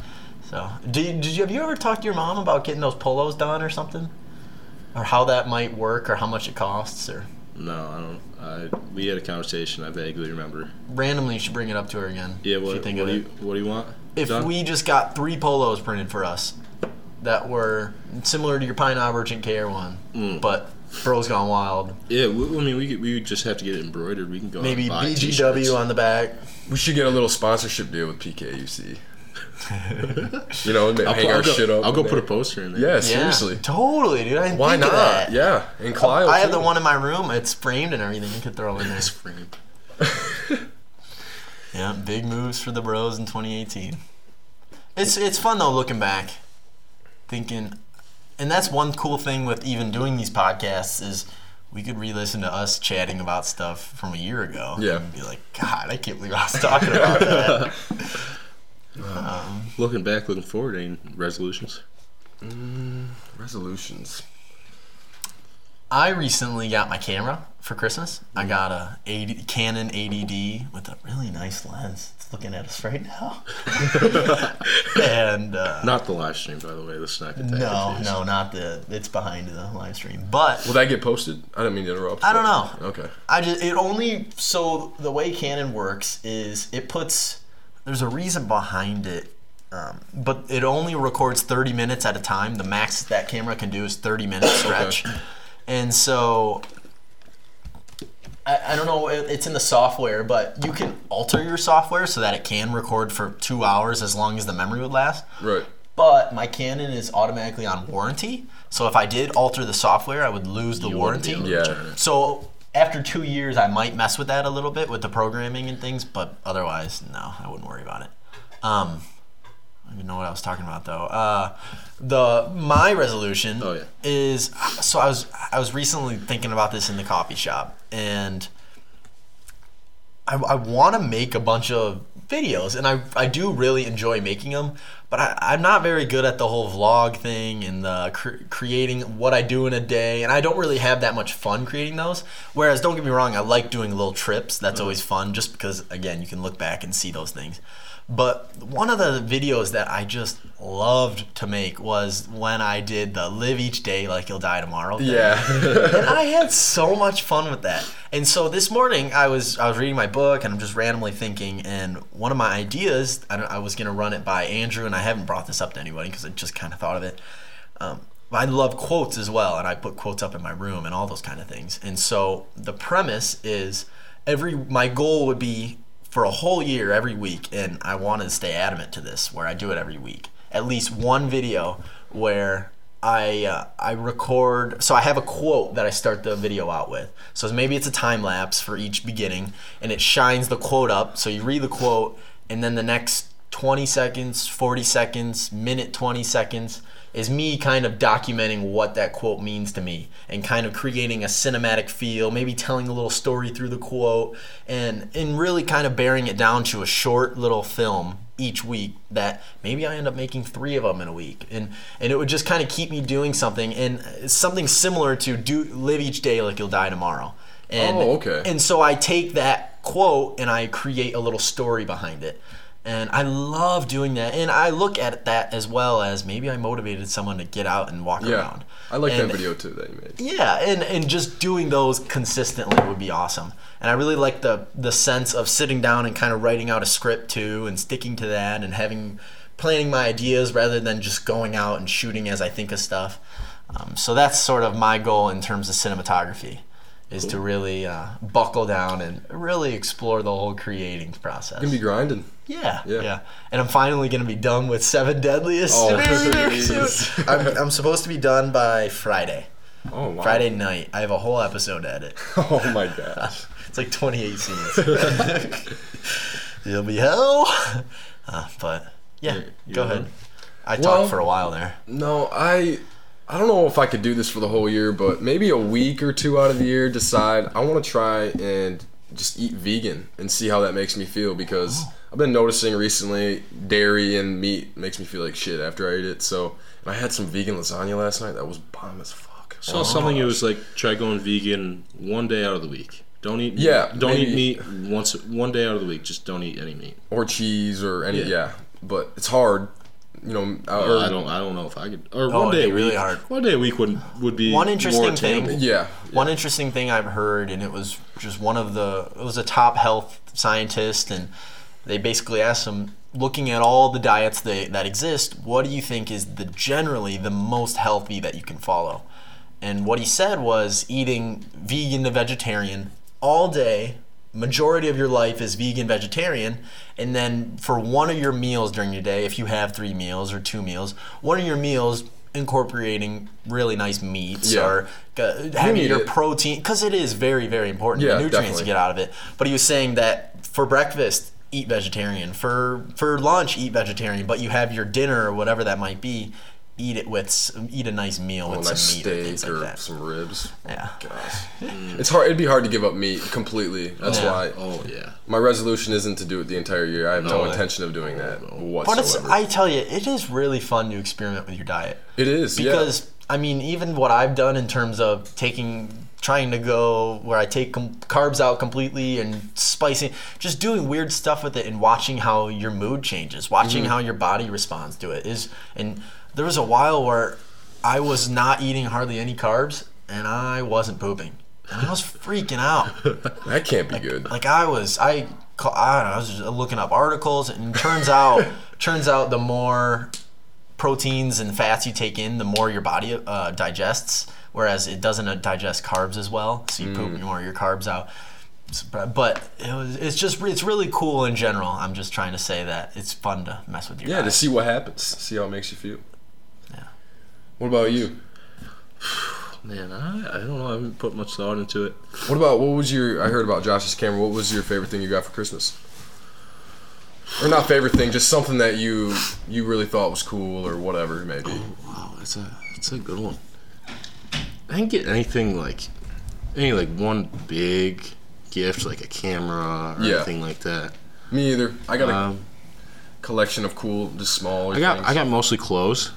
Speaker 3: So, do you, did you have you ever talked to your mom about getting those polos done or something, or how that might work or how much it costs or?
Speaker 1: No, I don't. I, we had a conversation. I vaguely remember.
Speaker 3: Randomly, you should bring it up to her again.
Speaker 1: Yeah.
Speaker 3: if
Speaker 1: What,
Speaker 3: you think
Speaker 1: what
Speaker 3: of
Speaker 1: do
Speaker 3: it.
Speaker 1: you What do you want?
Speaker 3: if
Speaker 1: done?
Speaker 3: we just got three polos printed for us that were similar to your Pine Urgent Care one,
Speaker 1: Mm.
Speaker 3: but Bro's Gone Wild,
Speaker 1: Yeah. We, I mean, we could, we would just have to get it embroidered. We can go out
Speaker 3: maybe
Speaker 1: and buy
Speaker 3: BGW
Speaker 1: t-shirts.
Speaker 3: on the back.
Speaker 2: We should get a little sponsorship deal with PKUC. you know, and
Speaker 1: I'll,
Speaker 2: hang
Speaker 1: put-
Speaker 2: our
Speaker 1: I'll go,
Speaker 2: shit up.
Speaker 1: I'll go
Speaker 2: in
Speaker 1: put a
Speaker 2: there.
Speaker 1: poster in there.
Speaker 2: Yeah,
Speaker 3: Yeah,
Speaker 2: seriously.
Speaker 3: totally, dude. I didn't
Speaker 2: Why
Speaker 3: think
Speaker 2: not?
Speaker 3: Of that. Oh,
Speaker 2: Yeah, and Clio.
Speaker 3: I have
Speaker 2: too.
Speaker 3: the one in my room. It's framed and everything. You could throw in there.
Speaker 1: It's frame.
Speaker 3: Yeah, big moves for the Bros in 2018. It's it's fun though looking back, thinking, and that's one cool thing with even doing these podcasts is we could re-listen to us chatting about stuff from a year ago.
Speaker 2: Yeah.
Speaker 3: and be like, God, I can't believe I was talking about that.
Speaker 1: Looking back, looking forward, any resolutions?
Speaker 2: Resolutions.
Speaker 3: I recently got my camera for Christmas. I got a 80, Canon 80D with a really nice lens. It's looking at us right now, and. Uh,
Speaker 1: Not the live stream, by the way. Let's not get that
Speaker 3: No,
Speaker 1: confused.
Speaker 3: no, not the. It's behind the live stream, but
Speaker 2: Will that get posted? I didn't mean to interrupt.
Speaker 3: I don't
Speaker 2: but-
Speaker 3: know.
Speaker 2: Okay.
Speaker 3: I just it only so the way Canon works is it puts there's a reason behind it, um, but it only records 30 minutes at a time. The max that camera can do is 30 minutes stretch, and so. I, I don't know. it- It's in the software, but you can alter your software so that it can record for two hours as long as the memory would last
Speaker 2: Right.
Speaker 3: but my Canon is automatically on warranty. So if I did alter the software, I would lose the
Speaker 1: You wouldn't be
Speaker 3: warranty.
Speaker 1: able to
Speaker 2: Yeah.
Speaker 1: return it.
Speaker 3: So after two years, I might mess with that a little bit with the programming and things, but otherwise, no, I wouldn't worry about it. Um, I don't even know what I was talking about though. Uh, the my resolution
Speaker 1: Oh, yeah.
Speaker 3: is so I was I was recently thinking about this in the coffee shop and. I, I want to make a bunch of videos and I, I do really enjoy making them but I, i'm not very good at the whole vlog thing and the cr- creating what i do in a day and i don't really have that much fun creating those whereas don't get me wrong i like doing little trips that's always fun just because again you can look back and see those things but one of the videos that i just loved to make was when i did the live each day like you'll die tomorrow thing
Speaker 2: Yeah.
Speaker 3: and I had so much fun with that. And so this morning I was I was reading my book and I'm just randomly thinking and one of my ideas I, don't, I was gonna run it by Andrew and I haven't brought this up to anybody because I just kind of thought of it. Um, I love quotes as well and I put quotes up in my room and all those kind of things. And so the premise is every my goal would be for a whole year every week and I want to stay adamant to this where I do it every week. At least one video where I uh, I record so I have a quote that I start the video out with. So maybe it's a time lapse for each beginning and it shines the quote up so you read the quote and then the next 20 seconds, 40 seconds, minute 20 seconds is me kind of documenting what that quote means to me and kind of creating a cinematic feel, maybe telling a little story through the quote and and really kind of bearing it down to a short little film each week that maybe I end up making 3 of them in a week and and it would just kind of keep me doing something and uh, something similar to do live each day like you'll die tomorrow. And
Speaker 2: Oh, okay.
Speaker 3: and so I take that quote and I create a little story behind it. And I love doing that. And I look at that as well as maybe I motivated someone to get out and walk
Speaker 2: yeah.
Speaker 3: around.
Speaker 2: I like that
Speaker 3: And-
Speaker 2: video too that you made.
Speaker 3: Yeah, and, and just doing those consistently would be awesome. And I really like the the sense of sitting down and kind of writing out a script too and sticking to that and having planning my ideas rather than just going out and shooting as I think of stuff. Um, so that's sort of my goal in terms of cinematography is to really uh, buckle down and really explore the whole creating process.
Speaker 2: Gonna be grinding.
Speaker 3: Yeah, yeah,
Speaker 2: Yeah.
Speaker 3: And I'm finally gonna be done with Seven Deadliest.
Speaker 2: Oh,
Speaker 3: very, very soon.
Speaker 2: jeez.
Speaker 3: I'm, I'm supposed to be done by Friday.
Speaker 2: Oh wow.
Speaker 3: Friday night. I have a whole episode at it.
Speaker 2: Oh my gosh.
Speaker 3: It's like 28 scenes. It'll be hell. Uh, but yeah,
Speaker 1: you
Speaker 3: go
Speaker 1: wanna-
Speaker 3: ahead. I
Speaker 2: Well-
Speaker 3: talked for a while there.
Speaker 2: No, I I don't know if I could do this for the whole year, but maybe a week or two out of the year decide I want to try and just eat vegan and see how that makes me feel because
Speaker 3: Oh.
Speaker 2: I've been noticing recently dairy and meat makes me feel like shit after I eat it. So and I had some vegan lasagna last night that was bomb as fuck.
Speaker 1: Saw something that was like try going vegan one day out of the week. Don't eat
Speaker 2: Yeah,
Speaker 1: don't eat
Speaker 2: maybe-
Speaker 1: meat once one day out of the week. Just don't eat any meat.
Speaker 2: or cheese or any
Speaker 1: Yeah.
Speaker 2: yeah. But it's hard, you know. uh,
Speaker 1: Or
Speaker 2: or-
Speaker 1: I don't I don't know if I could. Or one
Speaker 3: Oh, it'd
Speaker 1: day
Speaker 3: be
Speaker 1: a
Speaker 3: really
Speaker 1: week-
Speaker 3: hard.
Speaker 1: One day a week would would be
Speaker 3: One
Speaker 1: more
Speaker 3: interesting thing-
Speaker 1: attainable.
Speaker 2: Yeah.
Speaker 3: One interesting thing I've heard, and it was just one of the, it was a top health scientist, and they basically asked him, looking at all the diets they, that exist, what do you think is the generally the most healthy that you can follow? And what he said was eating vegan to vegetarian all day, majority of your life is vegan vegetarian, and then for one of your meals during your day, if you have three meals or two meals, one of your meals incorporating really nice meats
Speaker 2: Yeah.
Speaker 3: or uh, having
Speaker 2: need
Speaker 3: your
Speaker 2: it.
Speaker 3: protein because it is very very important
Speaker 2: Yeah,
Speaker 3: the nutrients
Speaker 2: definitely.
Speaker 3: to get out of it but he was saying that for breakfast eat vegetarian for for lunch eat vegetarian but you have your dinner or whatever that might be eat it with s- eat a nice meal with
Speaker 2: a
Speaker 3: some
Speaker 2: Oh, nice
Speaker 3: meat or things
Speaker 2: steak
Speaker 3: like
Speaker 2: or
Speaker 3: that
Speaker 2: some ribs.
Speaker 3: yeah
Speaker 2: Gosh. it's hard. It'd be hard to give up meat completely. That's
Speaker 3: Yeah.
Speaker 2: why
Speaker 1: Oh yeah.
Speaker 2: my resolution isn't to do it the entire year. I have no,
Speaker 1: No.
Speaker 2: intention of doing that
Speaker 3: but it's
Speaker 2: whatsoever.
Speaker 3: i tell you it is really fun to experiment with your diet
Speaker 2: it is yeah.
Speaker 3: because I mean, even what I've done in terms of taking, trying to go where I take com- carbs out completely and spicing, just doing weird stuff with it and watching how your mood changes, watching how your body responds to it is. And there was a while where I was not eating hardly any carbs and I wasn't pooping. And I was freaking out.
Speaker 2: that can't be good.
Speaker 3: Like I was, I, ca- I don't know. I was just looking up articles, and turns out, turns out the more proteins and fats you take in, the more your body uh, digests. Whereas it doesn't uh, digest carbs as well, so you poop more of your carbs out. S- But it was, it's just re- it's really cool in general. I'm just trying to say that it's fun to mess with your
Speaker 2: yeah,
Speaker 3: diet.
Speaker 2: to see what happens, see how it makes you feel. What about you?
Speaker 1: Man, I, I don't know. I haven't put much thought into it.
Speaker 2: What about what was your? I heard about Josh's camera. What was your favorite thing you got for Christmas? Or not favorite thing, just something that you you really thought was cool or whatever maybe.
Speaker 1: Wow, that's Oh, a that's a good one. I didn't get anything like any like one big gift like a camera or
Speaker 2: Yeah.
Speaker 1: anything like that.
Speaker 2: Me either. I got a
Speaker 1: Um,
Speaker 2: collection of cool, just small.
Speaker 1: I got
Speaker 2: things.
Speaker 1: I got mostly clothes.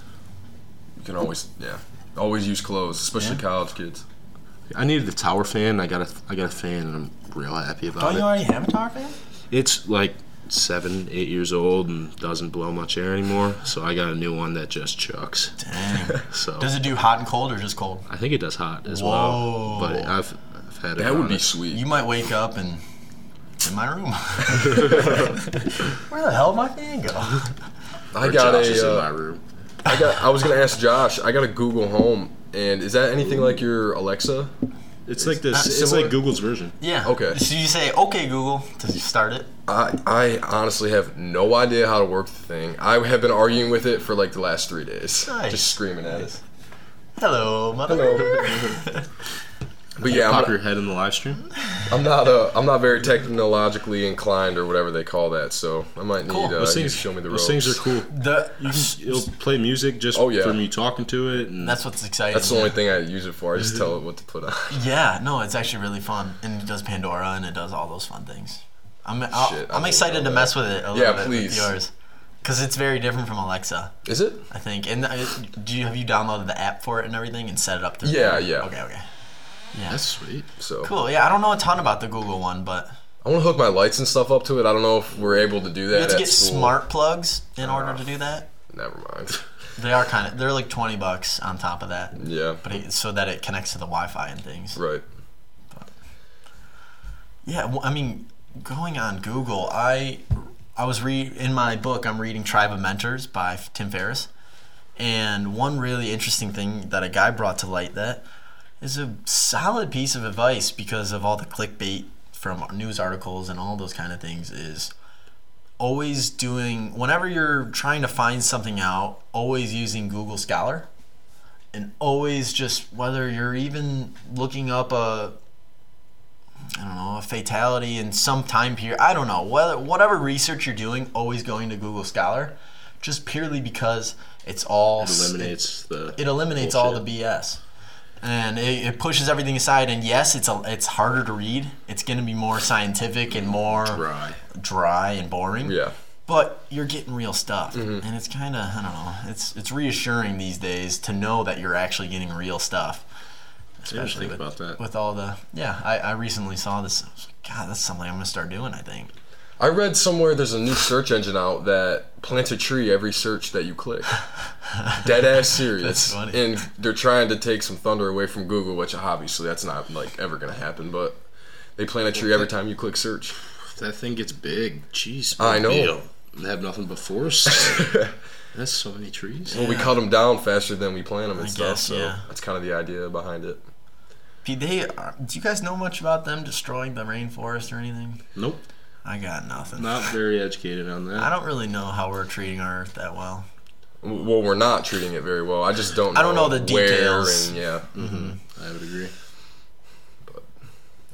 Speaker 2: You can always yeah, always use clothes, especially
Speaker 3: Yeah.
Speaker 2: college kids.
Speaker 1: I needed the tower fan. I got a I got a fan, and I'm real happy about it.
Speaker 3: Oh, already have a tar fan?
Speaker 1: It's like seven, eight years old, and doesn't blow much air anymore. So I got a new one that just chucks.
Speaker 3: Dang.
Speaker 1: So
Speaker 3: Does it do hot and cold or just cold?
Speaker 1: I think it does hot as
Speaker 3: Whoa.
Speaker 1: well. But I've I've had it.
Speaker 2: That
Speaker 1: on
Speaker 2: would be
Speaker 1: it.
Speaker 2: sweet.
Speaker 3: You might wake up and in my room. Where the hell did my fan go?
Speaker 2: I
Speaker 1: Or
Speaker 2: got
Speaker 1: Josh is
Speaker 2: a.
Speaker 1: in
Speaker 2: uh,
Speaker 1: my room.
Speaker 2: I got. I was gonna ask Josh. I got a Google Home, and is that anything like your Alexa?
Speaker 1: It's like this.
Speaker 3: not
Speaker 1: It's
Speaker 2: similar?
Speaker 1: like Google's version.
Speaker 3: Yeah.
Speaker 2: Okay.
Speaker 3: So you say, "Okay, Google," to start it.
Speaker 2: I I honestly have no idea how to work the thing. I have been arguing with it for like the last three days,
Speaker 3: Nice.
Speaker 2: just screaming at it.
Speaker 3: Hello, mother.
Speaker 2: But yeah, I'm
Speaker 1: Pop
Speaker 2: not,
Speaker 1: your head in the live stream.
Speaker 2: I'm not uh, I'm not very technologically inclined or whatever they call that, so I might need
Speaker 3: Cool.
Speaker 2: uh,
Speaker 1: Those
Speaker 2: you to
Speaker 1: things
Speaker 2: show me the ropes.
Speaker 1: Those things are cool.
Speaker 3: The,
Speaker 1: It'll play music just
Speaker 2: Oh, yeah.
Speaker 1: from you talking to it, and
Speaker 3: that's what's exciting.
Speaker 2: That's the only thing I use it for. I
Speaker 3: Mm-hmm.
Speaker 2: just tell it what to put on.
Speaker 3: Yeah, no, it's actually really fun, and it does Pandora, and it does all those fun things. I'm I'll,
Speaker 2: Shit, I
Speaker 3: I'm
Speaker 2: need
Speaker 3: excited
Speaker 2: all
Speaker 3: to
Speaker 2: that.
Speaker 3: mess with it a little
Speaker 2: Yeah,
Speaker 3: bit with
Speaker 2: please.
Speaker 3: yours, because it's very different from Alexa,
Speaker 2: Is it?
Speaker 3: I think. And uh, do you have you downloaded the app for it and everything and set it up? Through
Speaker 2: Yeah, yeah.
Speaker 3: Okay, okay.
Speaker 1: that's sweet.
Speaker 2: So
Speaker 3: Cool. Yeah, I don't know a ton about the Google one, but
Speaker 2: I want to hook my lights and stuff up to it. I don't know if we're able to do that.
Speaker 3: you have to
Speaker 2: at
Speaker 3: get
Speaker 2: school.
Speaker 3: smart plugs in order
Speaker 2: Uh.
Speaker 3: to do that.
Speaker 2: Never mind.
Speaker 3: They are kind of they're like twenty bucks on top of that,
Speaker 2: Yeah.
Speaker 3: but it, so that it connects to the Wi-Fi and things.
Speaker 2: Right.
Speaker 3: Yeah, well, I mean, going on Google, I I was read in my book. I'm reading Tribe of Mentors by F- Tim Ferriss, and one really interesting thing that a guy brought to light that is a solid piece of advice because of all the clickbait from news articles and all those kind of things is always doing whenever you're trying to find something out always using google scholar and always just whether you're even looking up a I don't know, a fatality in some time period. I don't know. Whether, whatever research you're doing, always going to Google Scholar, just purely because it's all
Speaker 1: Eliminates the.
Speaker 3: it eliminates all the BS. and it, it pushes everything aside. And yes, it's a, it's harder to read. It's going to be more scientific and more
Speaker 2: Dry.
Speaker 3: dry and boring.
Speaker 2: Yeah.
Speaker 3: But you're getting real stuff,
Speaker 1: Mm-hmm.
Speaker 3: and it's kind of I don't know. It's it's reassuring these days to know that you're actually getting real stuff. Especially
Speaker 1: think
Speaker 3: with,
Speaker 1: about that.
Speaker 3: with all the yeah, I, I recently saw this. I was like, God, that's something I'm gonna start doing. I think.
Speaker 2: I read somewhere there's a new search engine out that plants a tree every search that you click. Dead ass serious.
Speaker 3: That's funny.
Speaker 2: And they're trying to take some thunder away from Google, which obviously that's not like ever gonna happen, but they plant a tree every time you click search.
Speaker 1: That thing gets big. Jeez.
Speaker 2: I know.
Speaker 1: Bill. They have nothing but forests. That's so many trees.
Speaker 2: Well, we cut them down faster than we plant them and
Speaker 3: I
Speaker 2: stuff,
Speaker 3: guess,
Speaker 2: so
Speaker 3: yeah.
Speaker 2: that's kind of the idea behind it.
Speaker 3: Pete, they are, do you guys know much about them destroying the rainforest or anything?
Speaker 1: Nope.
Speaker 3: I got nothing.
Speaker 1: Not very educated on that.
Speaker 3: I don't really know how we're treating our earth that well.
Speaker 2: W- Well, we're not treating it very well. I just don't. Know
Speaker 3: I don't know the
Speaker 2: where
Speaker 3: details.
Speaker 2: And, yeah.
Speaker 1: I would agree.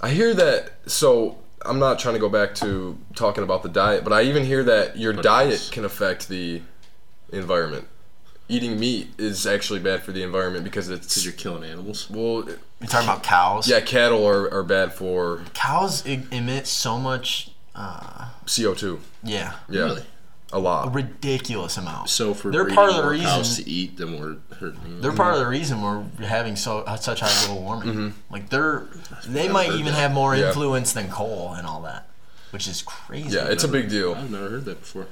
Speaker 2: I hear that. So I'm not trying to go back to talking about the diet, but I even hear that your diet
Speaker 1: yes.
Speaker 2: can affect the environment. Eating meat is actually bad for the environment because
Speaker 1: Because
Speaker 2: it's
Speaker 1: you're killing animals.
Speaker 2: well, it-
Speaker 3: You're talking about cows.
Speaker 2: yeah, cattle are, are bad for
Speaker 3: Cows e- emit so much. Uh,
Speaker 2: CO2.
Speaker 3: yeah.
Speaker 2: Yeah,
Speaker 1: Really?
Speaker 2: a lot.
Speaker 3: Ridiculous amount.
Speaker 1: So if we're
Speaker 3: They're
Speaker 1: breeding
Speaker 3: part of the
Speaker 1: more
Speaker 3: reason-
Speaker 1: cows to eat, then we're hurting.
Speaker 3: They're part of the reason we're having so uh, such high global warming. Like they're they might
Speaker 1: heard
Speaker 3: even
Speaker 1: that.
Speaker 3: have more
Speaker 2: Yeah.
Speaker 3: influence than coal and all that, which is crazy.
Speaker 2: Yeah, it's a big deal.
Speaker 1: I've never heard that before.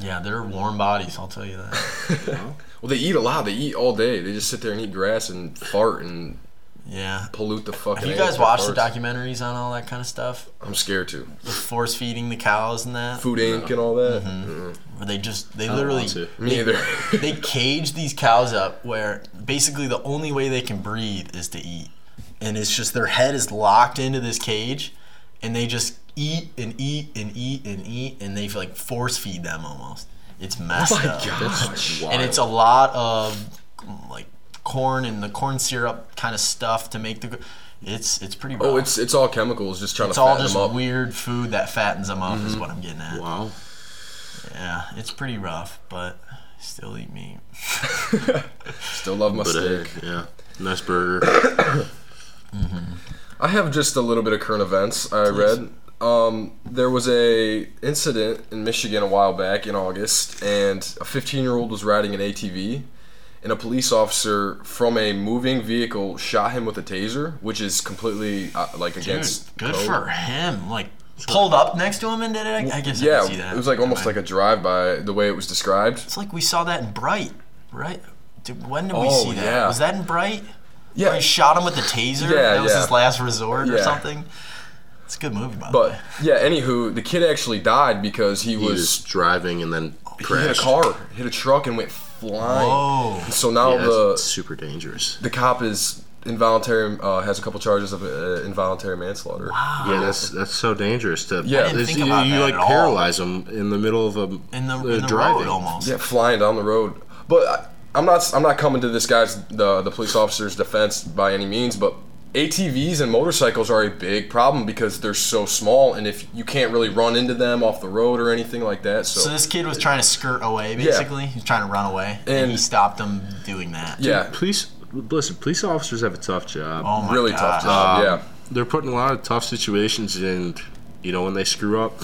Speaker 3: yeah, they're warm bodies. I'll tell you that.
Speaker 1: Wow.
Speaker 2: Well, they eat a lot. They eat all day. They just sit there and eat grass and fart and
Speaker 3: Yeah.
Speaker 2: pollute the fucking.
Speaker 3: Have you
Speaker 2: air
Speaker 3: guys
Speaker 2: with
Speaker 3: watched the
Speaker 2: their farts.
Speaker 3: documentaries on all that kind of stuff?
Speaker 2: I'm scared to.
Speaker 3: The force feeding the cows and that,
Speaker 2: Food Inc. and all that.
Speaker 3: where they just they
Speaker 1: don't
Speaker 3: literally
Speaker 1: want to.
Speaker 2: Me either.
Speaker 3: Mm-hmm. they cage these cows up where basically the only way they can breathe is to eat. And it's just their head is locked into this cage and they just eat and eat and eat and eat and they like force feed them almost. It's messed up.
Speaker 1: That's wild.
Speaker 3: And it's a lot of like corn and the corn syrup kind of stuff to make the gr- it's it's pretty rough.
Speaker 2: Oh, it's it's all chemicals. Just trying
Speaker 3: it's
Speaker 2: to
Speaker 3: all
Speaker 2: fatten
Speaker 3: just
Speaker 2: them up. Mm-hmm.
Speaker 3: weird food that fattens them up is what I'm getting at.
Speaker 1: wow.
Speaker 3: Yeah, it's pretty rough, but still eat meat.
Speaker 2: Still love my
Speaker 1: But
Speaker 2: steak.
Speaker 1: uh, yeah, nice burger.
Speaker 2: I have just a little bit of current events I read. Um, there was a incident in Michigan a while back in August, and a 15-year-old was riding an ATV, and a police officer from a moving vehicle shot him with a taser, which is completely uh, like against.
Speaker 3: Dude, good
Speaker 2: code.
Speaker 3: for him. Like pulled up next to him and did it. I, I guess I
Speaker 2: Yeah,
Speaker 3: can see that.
Speaker 2: it was like almost like a drive-by the way it was described.
Speaker 3: It's like we saw that in Bright, right? Dude, when did we
Speaker 2: Oh,
Speaker 3: see that?
Speaker 2: yeah.
Speaker 3: Was that in Bright? Where
Speaker 2: Yeah,
Speaker 3: he shot him with the taser.
Speaker 2: Yeah,
Speaker 3: that was
Speaker 2: yeah.
Speaker 3: his last resort or
Speaker 2: Yeah.
Speaker 3: something. It's a good movie, by the
Speaker 2: but
Speaker 3: way.
Speaker 2: yeah. Anywho, the kid actually died because he
Speaker 1: He was
Speaker 2: was
Speaker 1: driving and then
Speaker 2: he hit
Speaker 1: crashed.
Speaker 2: a car, hit a truck, and went flying.
Speaker 3: Whoa.
Speaker 2: And so now
Speaker 1: Yeah, that's
Speaker 2: the
Speaker 1: super dangerous.
Speaker 2: the cop is involuntary uh, has a couple charges of uh, involuntary manslaughter.
Speaker 1: Yeah, that's that's so dangerous to.
Speaker 2: Yeah. I didn't
Speaker 1: it's-
Speaker 3: think
Speaker 1: you,
Speaker 3: about
Speaker 1: you,
Speaker 3: that
Speaker 1: like
Speaker 3: at all.
Speaker 1: paralyze them in the middle of a
Speaker 3: In the,
Speaker 1: uh,
Speaker 3: in the
Speaker 1: driving.
Speaker 3: road almost.
Speaker 2: Yeah, flying down the road. But I, I'm not I'm not coming to this guy's the the police officer's defense by any means, but ATVs and motorcycles are a big problem because they're so small, and if you can't really run into them off the road or anything like that, so.
Speaker 3: So this kid was trying to skirt away, basically. He was trying to run away, and,
Speaker 2: And-
Speaker 3: he stopped him doing that.
Speaker 2: yeah,
Speaker 1: Police, listen. Police officers have a tough job.
Speaker 3: Oh my
Speaker 2: really
Speaker 3: God.
Speaker 2: tough job.
Speaker 1: Um,
Speaker 2: yeah,
Speaker 1: They're put in a lot of tough situations, and you know when they screw up,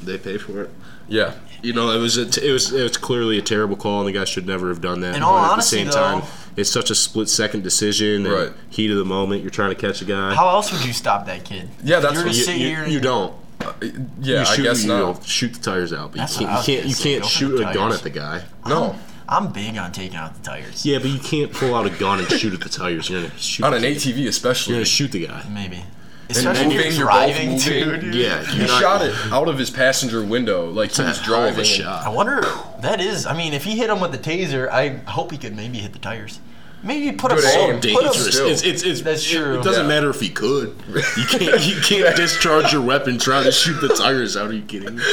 Speaker 1: they pay for it.
Speaker 2: yeah.
Speaker 1: You know, it was a t- it was it was clearly a terrible call, and the guy should never have done that.
Speaker 3: In all
Speaker 1: but
Speaker 3: honesty,
Speaker 1: at the same
Speaker 3: though-
Speaker 1: time, it's such a split second decision, and
Speaker 2: Right.
Speaker 1: heat of the moment. You're trying to catch a guy.
Speaker 3: How else would you stop that kid?
Speaker 2: Yeah, that's
Speaker 3: You're
Speaker 2: what
Speaker 3: to
Speaker 1: you,
Speaker 3: sit
Speaker 1: you-
Speaker 3: here.
Speaker 1: you don't.
Speaker 2: Uh, Yeah,
Speaker 1: you shoot,
Speaker 2: I guess
Speaker 1: you
Speaker 2: not.
Speaker 1: know, shoot the tires out, but
Speaker 3: That's
Speaker 1: you
Speaker 3: what I
Speaker 1: can't. You can't.
Speaker 3: was gonna
Speaker 1: You
Speaker 3: say,
Speaker 1: can't
Speaker 3: go for
Speaker 1: shoot
Speaker 3: the
Speaker 1: a gun
Speaker 3: tires.
Speaker 1: at the guy.
Speaker 2: No,
Speaker 3: I'm big on taking out the tires.
Speaker 1: Yeah, but you can't pull out a gun and shoot at the tires. You're gonna shoot.
Speaker 2: on
Speaker 1: the
Speaker 2: an
Speaker 1: kid.
Speaker 2: ATV
Speaker 1: You're
Speaker 2: especially.
Speaker 1: gonna shoot the guy.
Speaker 3: Maybe. Especially if
Speaker 2: moving,
Speaker 3: you're
Speaker 2: you're both
Speaker 3: driving,
Speaker 2: moving.
Speaker 3: dude.
Speaker 1: Yeah,
Speaker 2: He
Speaker 1: you're not-
Speaker 2: shot it out of his passenger window, like he was
Speaker 1: Hell of
Speaker 2: driving.
Speaker 1: a
Speaker 2: and-
Speaker 3: I
Speaker 1: shot.
Speaker 3: wonder. That is. I mean, if he hit him with the taser, I hope he could maybe hit the tires. Maybe he'd put a
Speaker 2: Good
Speaker 3: bullet-
Speaker 2: aim.
Speaker 3: put a-
Speaker 1: Dangerous.
Speaker 2: still.
Speaker 1: It's, it's, it's,
Speaker 3: That's
Speaker 1: it- It,
Speaker 3: true.
Speaker 1: doesn't
Speaker 2: Yeah.
Speaker 1: matter if he could. You can't. You can't discharge your weapon trying to shoot the tires out. Are you kidding me?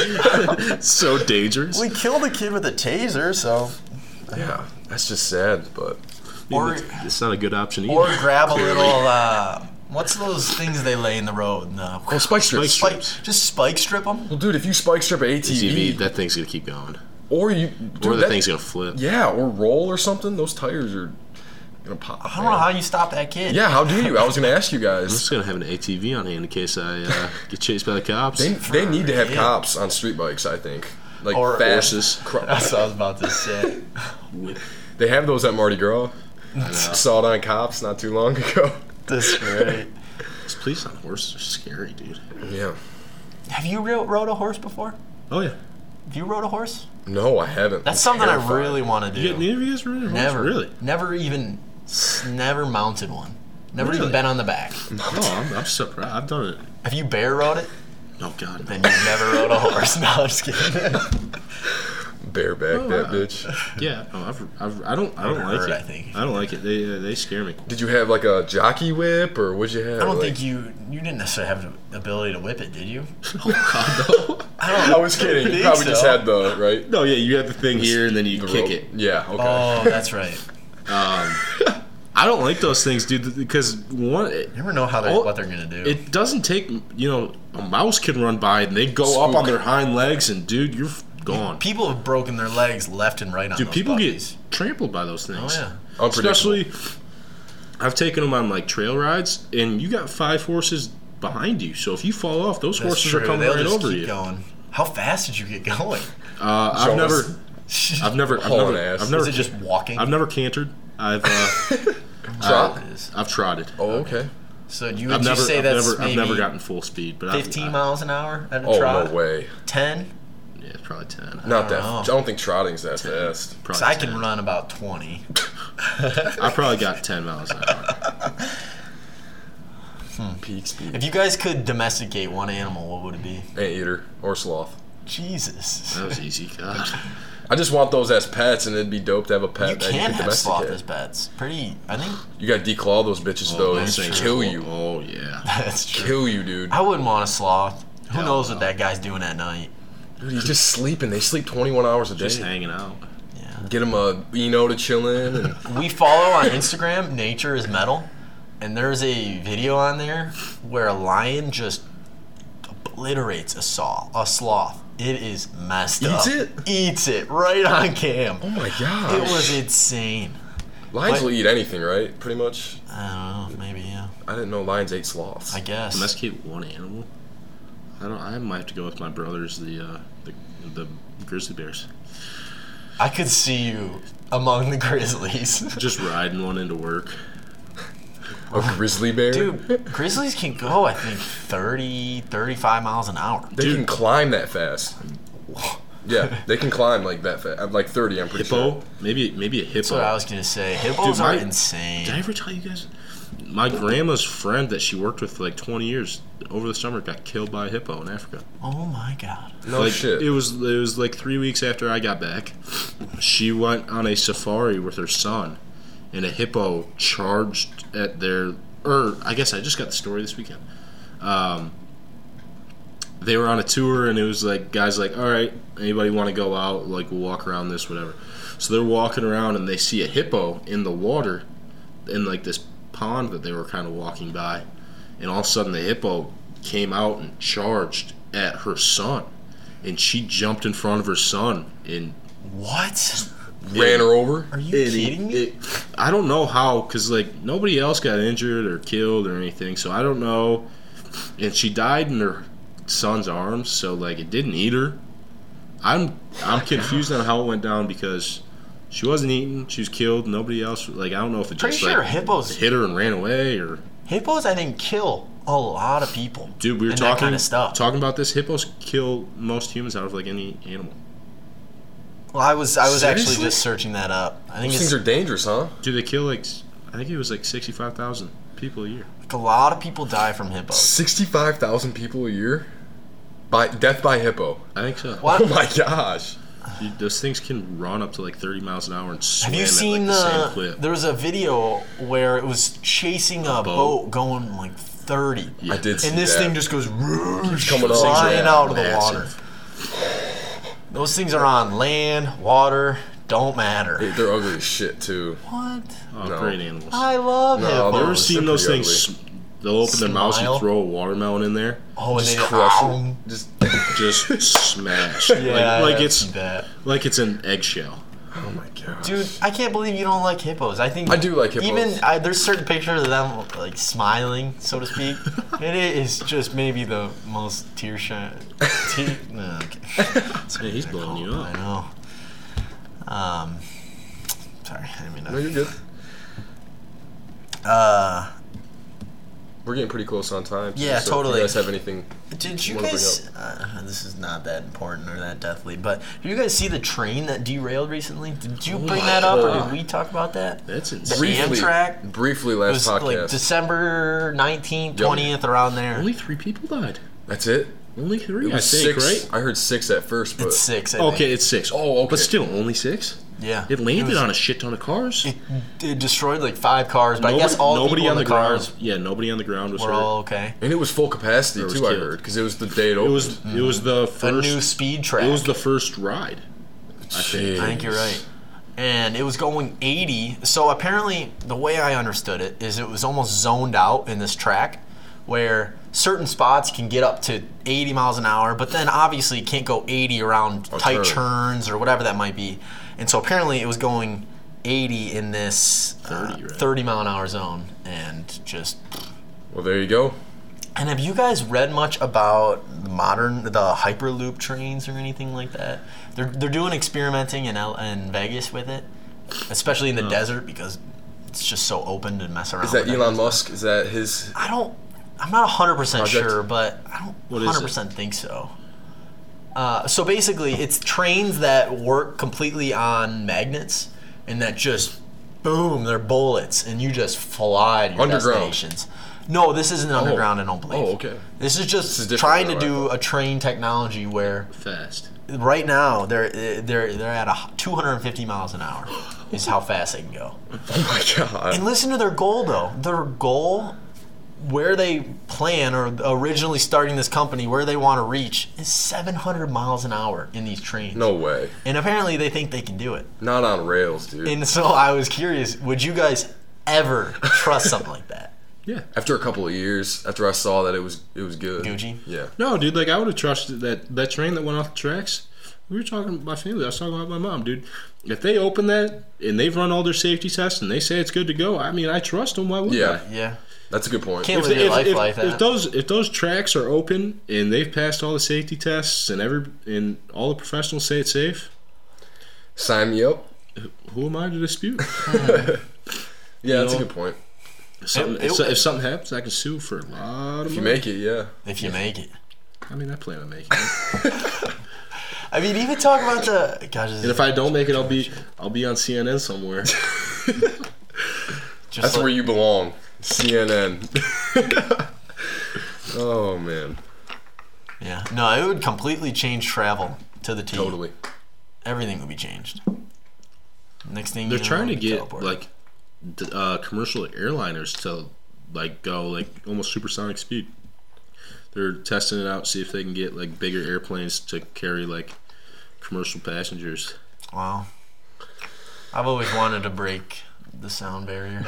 Speaker 1: so dangerous.
Speaker 3: We killed a kid with a taser, so
Speaker 2: Yeah, that's just sad, but
Speaker 3: or
Speaker 1: it's not a good option either.
Speaker 3: or grab a little. Uh, what's those things they lay in the road? No.
Speaker 2: oh, spike strips.
Speaker 1: Spike-
Speaker 3: Spike, just spike strip them.
Speaker 2: well, dude, if you spike strip an ATV,
Speaker 3: E
Speaker 1: TV, that thing's gonna keep going.
Speaker 2: or you, dude,
Speaker 1: Or the
Speaker 2: that-
Speaker 1: thing's gonna flip.
Speaker 2: yeah, or roll or something, those tires are. gonna pop.
Speaker 3: I don't know how you stop that kid.
Speaker 2: Yeah, how do you? I was gonna ask you
Speaker 1: I'm
Speaker 2: guys.
Speaker 1: just gonna have an ATV on hand in case I uh, get chased by the cops.
Speaker 2: They, they need to have
Speaker 3: real.
Speaker 2: cops on street bikes. I think like
Speaker 3: Or-
Speaker 2: fast.
Speaker 1: Horses.
Speaker 2: cro-
Speaker 3: That's what I was about to say.
Speaker 2: They have those at Mardi Gras. Saw it on cops not too long ago.
Speaker 3: That's great.
Speaker 1: These police on horses are scary, dude.
Speaker 2: Yeah.
Speaker 3: Have you re- rode a horse before?
Speaker 1: Oh yeah.
Speaker 3: Have you rode a horse?
Speaker 2: No, I haven't.
Speaker 3: That's
Speaker 2: I'm
Speaker 3: something I
Speaker 2: terrified.
Speaker 3: really want to do.
Speaker 1: You get neither of you guys ridden a horse?
Speaker 3: never,
Speaker 1: Really?
Speaker 3: never even, s- never mounted one. Never even
Speaker 1: Really?
Speaker 3: been on the back.
Speaker 1: No, Oh, I'm, I'm surprised. I've done it.
Speaker 3: If you bear rode it,
Speaker 1: Oh God.
Speaker 3: then you never rode a horse. No, I'm just kidding.
Speaker 2: bareback that bitch.
Speaker 1: Yeah. No, Oh, I've, I've, I don't. I don't like
Speaker 3: Hurt,
Speaker 1: it.
Speaker 3: I think.
Speaker 1: I don't like it. They uh, they scare me.
Speaker 2: Did you have like a jockey whip or what'd you have?
Speaker 3: I don't
Speaker 2: like,
Speaker 3: think you you didn't necessarily have the ability to whip it, did you?
Speaker 1: Oh,
Speaker 2: I was kidding. You
Speaker 3: think
Speaker 2: probably just
Speaker 3: so.
Speaker 2: had the right.
Speaker 1: No, yeah. You have the thing here, and then you
Speaker 2: The
Speaker 1: kick
Speaker 2: rope.
Speaker 1: it.
Speaker 2: Yeah. Okay.
Speaker 3: Oh, that's right.
Speaker 1: I don't like those things, dude. Because one, it,
Speaker 3: You never know how they're,
Speaker 1: Oh,
Speaker 3: what they're gonna do.
Speaker 1: it doesn't take. You know, a mouse can run by and they go up on
Speaker 2: Spook.
Speaker 1: their hind legs, and dude, you're f- gone.
Speaker 3: people have broken their legs left and right on
Speaker 1: Dude,
Speaker 3: those
Speaker 1: people
Speaker 3: puppies.
Speaker 1: get trampled by those things.
Speaker 3: Oh,
Speaker 2: yeah. Unpredictable.
Speaker 1: Especially, I've taken them on like trail rides, and you got five horses behind you. So if you fall off, those
Speaker 3: That's
Speaker 1: horses
Speaker 3: true.
Speaker 1: are coming
Speaker 3: They'll
Speaker 1: right
Speaker 3: just
Speaker 1: over
Speaker 3: keep
Speaker 1: you. Uh,
Speaker 3: going. How fast did you get going?
Speaker 1: I've
Speaker 2: Jonas.
Speaker 1: never, I've never, I've
Speaker 2: Hauling
Speaker 1: never,
Speaker 2: ass.
Speaker 1: I've
Speaker 3: Is
Speaker 1: never,
Speaker 3: it just walking?
Speaker 1: I've never cantered. I've, uh,
Speaker 2: Drop.
Speaker 3: It is.
Speaker 1: I've trotted.
Speaker 2: oh, okay.
Speaker 3: So you would
Speaker 1: I've
Speaker 3: you
Speaker 1: never,
Speaker 3: say
Speaker 1: I've
Speaker 3: that's
Speaker 1: never, I've
Speaker 3: maybe
Speaker 1: never gotten full speed, but
Speaker 3: 15
Speaker 1: I've,
Speaker 3: miles an hour at a
Speaker 2: Oh
Speaker 3: trot?
Speaker 2: no way.
Speaker 3: 10?
Speaker 1: I, yeah, probably ten.
Speaker 2: Not
Speaker 3: don't
Speaker 2: that.
Speaker 3: know.
Speaker 2: I don't think trotting's that fast.
Speaker 1: Probably
Speaker 3: So I
Speaker 1: 10.
Speaker 3: can run about 20.
Speaker 1: I probably got ten miles an hour.
Speaker 2: Peak speed.
Speaker 3: If you guys could domesticate one animal, what would it be?
Speaker 2: Anteater or sloth.
Speaker 3: Jesus.
Speaker 1: That was easy. God,
Speaker 2: I just want those as pets, and it'd be dope to have a pet
Speaker 3: You
Speaker 2: that you
Speaker 3: can
Speaker 2: can
Speaker 3: have sloth as Oh,
Speaker 2: domesticate.
Speaker 3: pets. Pretty, I think
Speaker 2: You gotta declaw those bitches though.
Speaker 1: those
Speaker 2: Those
Speaker 1: things
Speaker 2: kill
Speaker 1: are-
Speaker 2: you.
Speaker 1: Oh yeah.
Speaker 3: that's true.
Speaker 2: Kill you, dude.
Speaker 3: I wouldn't want a sloth. Who
Speaker 1: Hell
Speaker 3: knows
Speaker 1: no.
Speaker 3: what that guy's doing at night?
Speaker 2: Dude, he's just sleeping. They sleep 21 hours a day.
Speaker 1: Just hanging out.
Speaker 3: Yeah.
Speaker 2: Get him a Eno to chill in. And
Speaker 3: We follow on Instagram, Nature is Metal, and there's a video on there where a lion just obliterates a saw, a sloth. It is messed
Speaker 2: Eats
Speaker 3: up.
Speaker 2: it?
Speaker 3: Eats it right on cam.
Speaker 2: oh my
Speaker 3: It
Speaker 2: god.
Speaker 3: was insane.
Speaker 2: lions will
Speaker 3: What?
Speaker 2: eat anything, right? Pretty much.
Speaker 3: I don't know, maybe yeah.
Speaker 2: I didn't know lions ate sloths.
Speaker 3: I guess.
Speaker 1: Domesticate one animal. I don't. I might have to go with my brothers, the uh, the, the grizzly bears.
Speaker 3: I could see you among the grizzlies.
Speaker 1: Just riding one into work.
Speaker 2: a grizzly bear.
Speaker 3: Dude, grizzlies can go, I think, 30, 35 miles an hour.
Speaker 2: they can climb that fast. Yeah, they can climb like that fast. Like 30, I'm pretty
Speaker 1: Hippo.
Speaker 2: sure.
Speaker 1: Maybe maybe a hippo.
Speaker 3: That's what I was going to say. Hippos
Speaker 1: Dude,
Speaker 3: are
Speaker 1: my-
Speaker 3: insane.
Speaker 1: Did I ever tell you guys? My grandma's friend that she worked with for like 20 years over the summer got killed by a hippo in Africa.
Speaker 3: oh my god.
Speaker 2: No
Speaker 1: like,
Speaker 2: shit.
Speaker 1: It was it was like three weeks after I got back. She went on a safari with her son, and a hippo charged at their. Or I guess I just got the story this weekend. Um, they were on a tour, and it was like guys like, all right, anybody want to go out? Like we'll walk around this, whatever. So they're walking around, and they see a hippo in the water, in like this pond that they were kind of walking by, and all of a sudden the hippo came out and charged at her son and she jumped in front of her son and
Speaker 3: What?
Speaker 2: Ran her over.
Speaker 3: Are you
Speaker 1: and he-
Speaker 3: kidding me?
Speaker 1: it- I don't know how cuz like nobody else got injured or killed or anything so I don't know and she died in her son's arms so like it didn't eat her I'm I'm confused on how it went down because she wasn't eaten she was killed nobody else like I don't know if it
Speaker 3: Pretty
Speaker 1: just
Speaker 3: sure
Speaker 1: like
Speaker 3: hippos
Speaker 1: hit her and ran away or
Speaker 3: hippos I think kill a lot of people.
Speaker 1: dude we were
Speaker 3: and
Speaker 1: talking
Speaker 3: that kind of stuff.
Speaker 1: talking about this hippos kill most humans out of like any animal
Speaker 3: well, I was I was actually
Speaker 2: Seriously?
Speaker 3: just searching that up. I think
Speaker 2: Those
Speaker 3: it's
Speaker 2: things are dangerous, huh?
Speaker 1: Do they kill like s- I think it was like sixty five thousand people a year?
Speaker 3: like a lot of people die from hippos.
Speaker 2: 65,000 people a year? By death by hippo.
Speaker 1: I think so.
Speaker 3: What?
Speaker 2: Oh my gosh.
Speaker 1: Dude, those things can run up to like thirty miles an hour and swim
Speaker 3: Have you
Speaker 1: at
Speaker 3: seen
Speaker 1: like,
Speaker 3: uh,
Speaker 1: the, same
Speaker 3: the?
Speaker 1: clip.
Speaker 3: There was a video where it was chasing a, boat.
Speaker 1: boat.
Speaker 3: going like thirty,
Speaker 1: Yeah.
Speaker 2: I did see
Speaker 3: and this
Speaker 2: that.
Speaker 3: thing just goes whoosh,
Speaker 2: coming up.
Speaker 3: flying
Speaker 2: Yeah,
Speaker 3: out of the water.
Speaker 1: massive.
Speaker 3: Those things are on land, water, don't matter.
Speaker 2: They're ugly as shit, too.
Speaker 3: What?
Speaker 1: Oh,
Speaker 2: No. Oh,
Speaker 1: great animals.
Speaker 3: I love
Speaker 2: No,
Speaker 3: hippos.
Speaker 2: there
Speaker 1: Ever
Speaker 2: was-
Speaker 1: seen
Speaker 2: they're
Speaker 1: those
Speaker 2: pretty
Speaker 1: things? sm- They'll open their mouths
Speaker 3: Smile.
Speaker 1: and throw a watermelon in there.
Speaker 3: oh, and
Speaker 2: Just
Speaker 3: they
Speaker 2: crush
Speaker 3: Ow.
Speaker 2: it. Just oh
Speaker 1: Just smash.
Speaker 3: Yeah,
Speaker 1: like, like
Speaker 3: I've
Speaker 1: it's
Speaker 3: seen that.
Speaker 1: like it's an eggshell.
Speaker 2: Oh my god,
Speaker 3: Dude, I can't believe you don't like hippos. I think
Speaker 2: I do like hippos.
Speaker 3: Even I, there's certain pictures of them like smiling, so to speak. and it is just maybe the most tear shot. Tear, no, okay. That's what
Speaker 1: Yeah, he's
Speaker 3: they're
Speaker 1: blowing you
Speaker 3: called,
Speaker 1: up.
Speaker 3: I know. Um, sorry, I mean,
Speaker 2: No, you're good.
Speaker 3: uh,
Speaker 2: We're getting pretty close on time.
Speaker 3: Yeah,
Speaker 2: so If
Speaker 3: totally.
Speaker 2: you guys have anything?
Speaker 3: did you
Speaker 2: Wanna bring
Speaker 3: guys? Uh, this is not that important or that deathly, but did you guys see the train that derailed recently? Did
Speaker 2: Oh
Speaker 3: you bring that up, or
Speaker 1: God.
Speaker 3: did we talk about that?
Speaker 1: That's insane.
Speaker 3: Brief- Amtrak?
Speaker 2: briefly
Speaker 3: It
Speaker 2: last
Speaker 3: was
Speaker 2: podcast.
Speaker 3: like December 19th,
Speaker 2: Yup.
Speaker 3: 20th, around there.
Speaker 1: Only three people died.
Speaker 2: That's it.
Speaker 1: Only three,
Speaker 2: It was
Speaker 1: I think,
Speaker 2: six.
Speaker 1: right?
Speaker 2: I heard six at first, but
Speaker 3: It's six. I
Speaker 1: Okay,
Speaker 3: think.
Speaker 1: it's six.
Speaker 2: Oh, okay.
Speaker 1: But still, only six?
Speaker 3: Yeah.
Speaker 1: It landed
Speaker 3: was-
Speaker 1: on a shit ton of cars.
Speaker 3: It, it destroyed like five cars, but I guess all
Speaker 1: nobody
Speaker 3: people
Speaker 1: on the,
Speaker 3: in the cars
Speaker 1: ground. Yeah, nobody on the ground was
Speaker 3: were
Speaker 1: hurt.
Speaker 3: all okay.
Speaker 2: and it was full capacity
Speaker 1: was
Speaker 2: too. I
Speaker 1: killed.
Speaker 2: heard because it was the day
Speaker 1: It
Speaker 2: it opened.
Speaker 1: was it was the
Speaker 3: Mm. A new
Speaker 1: first
Speaker 3: speed track.
Speaker 1: it was the first ride.
Speaker 3: I think you're right. And it was going 80. So apparently, the way I understood it is it was almost zoned out in this track where certain spots can get up to 80 miles an hour, but then obviously you can't go 80 around tight
Speaker 2: turn.
Speaker 3: turns or whatever that might be. And so apparently, it was going 80 in this uh,
Speaker 1: 30, right?
Speaker 3: 30 mile an hour zone and just
Speaker 2: Well, there you go.
Speaker 3: And have you guys read much about the modern the hyperloop trains or anything like that? They're they're doing experimenting in L- in Vegas with it, especially in the desert because it's just so open to mess around.
Speaker 2: Is that
Speaker 3: with
Speaker 2: Elon Musk? Is that his?
Speaker 3: I don't. I'm not 100 percent
Speaker 2: Project?
Speaker 3: sure, but I don't
Speaker 1: What is it?
Speaker 3: 100 percent think so. Uh, so basically, it's trains that work completely on magnets and that just boom, they're bullets, and you just fly to your
Speaker 2: Underground.
Speaker 3: destinations. No, this isn't underground. I don't believe.
Speaker 2: Oh, okay.
Speaker 3: This is just
Speaker 2: is different
Speaker 3: trying to
Speaker 2: than what I
Speaker 3: do a train technology where
Speaker 1: Fast.
Speaker 3: right now they're they're they're at a h- 250 miles an hour is how fast they can go.
Speaker 2: Oh my god.
Speaker 3: And listen to their goal though. Their goal where they plan or originally starting this company where they want to reach is 700 miles an hour in these trains.
Speaker 2: No way.
Speaker 3: And apparently they think they can do it.
Speaker 2: Not on rails, dude.
Speaker 3: And so I was curious, would you guys ever trust something like that?
Speaker 1: Yeah.
Speaker 2: after a couple of years, after I saw that it was it was good.
Speaker 3: Gucci?
Speaker 2: Yeah.
Speaker 1: No, dude, like I would have trusted that that train that went off the tracks. We were talking about my family. I was talking about my mom, dude. If they open that and they've run all their safety tests and they say it's good to go, I mean, I trust them. Why would
Speaker 2: Yeah.
Speaker 1: I?
Speaker 3: Yeah.
Speaker 2: That's a good point.
Speaker 3: Can't
Speaker 1: If,
Speaker 3: live
Speaker 1: they-
Speaker 3: your
Speaker 1: if-
Speaker 3: life
Speaker 1: if-
Speaker 3: like that.
Speaker 1: if those if those tracks are open and they've passed all the safety tests and every and all the professionals say it's safe,
Speaker 2: Sign me up.
Speaker 1: who am I to dispute?
Speaker 2: Yeah, that's
Speaker 1: know?
Speaker 2: a good point.
Speaker 1: If something,
Speaker 3: It-
Speaker 1: if,
Speaker 3: it-
Speaker 1: so- if something happens, I can sue for a lot of
Speaker 2: If you
Speaker 1: money.
Speaker 2: make it, yeah.
Speaker 3: if you make it.
Speaker 1: I mean, I plan on making it.
Speaker 3: I mean, even talk about the gosh.
Speaker 1: And if I don't make it, I'll be I'll be on CNN somewhere.
Speaker 3: just
Speaker 2: That's
Speaker 3: like-
Speaker 2: where you belong. CNN. oh man.
Speaker 3: yeah, no, it would completely change travel to the T.
Speaker 2: Totally.
Speaker 3: everything would be changed. Next thing
Speaker 1: They're
Speaker 3: you know,
Speaker 1: trying to
Speaker 3: you'll
Speaker 1: get
Speaker 3: be teleported.
Speaker 1: like d- uh, commercial airliners to like go like almost supersonic speed. They're testing it out, see if they can get like bigger airplanes to carry like commercial passengers.
Speaker 3: wow. I've always wanted to break the sound barrier.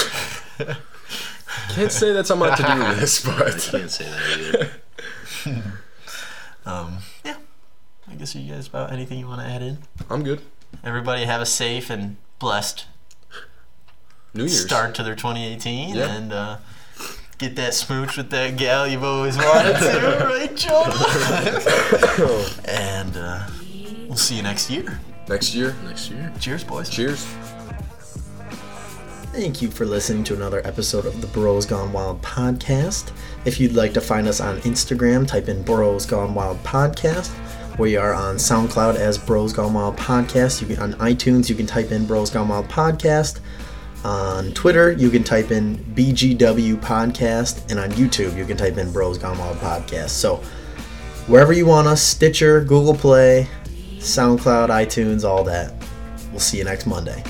Speaker 2: Can't say that's on my to-do list,
Speaker 1: I
Speaker 2: but
Speaker 1: can't say that either.
Speaker 3: Um, yeah, I guess you guys about anything you want to add in.
Speaker 2: I'm good.
Speaker 3: Everybody have a safe and blessed
Speaker 2: New Year's.
Speaker 3: start to their 2018,
Speaker 2: Yeah.
Speaker 3: and uh, get that smooch with that gal you've always wanted to, Rachel. and uh, we'll see you next year.
Speaker 2: Next year.
Speaker 1: Next year.
Speaker 3: Cheers, boys.
Speaker 2: Cheers.
Speaker 5: Thank you for listening to another episode of the Bros Gone Wild podcast. If you'd like to find us on Instagram, type in Bros Gone Wild podcast. We are on SoundCloud as Bros Gone Wild podcast. You can on iTunes, you can type in Bros Gone Wild podcast. On Twitter, you can type in BGW podcast, and on YouTube, you can type in Bros Gone Wild podcast. So wherever you want us, Stitcher, Google Play, SoundCloud, iTunes, all that. We'll see you next Monday.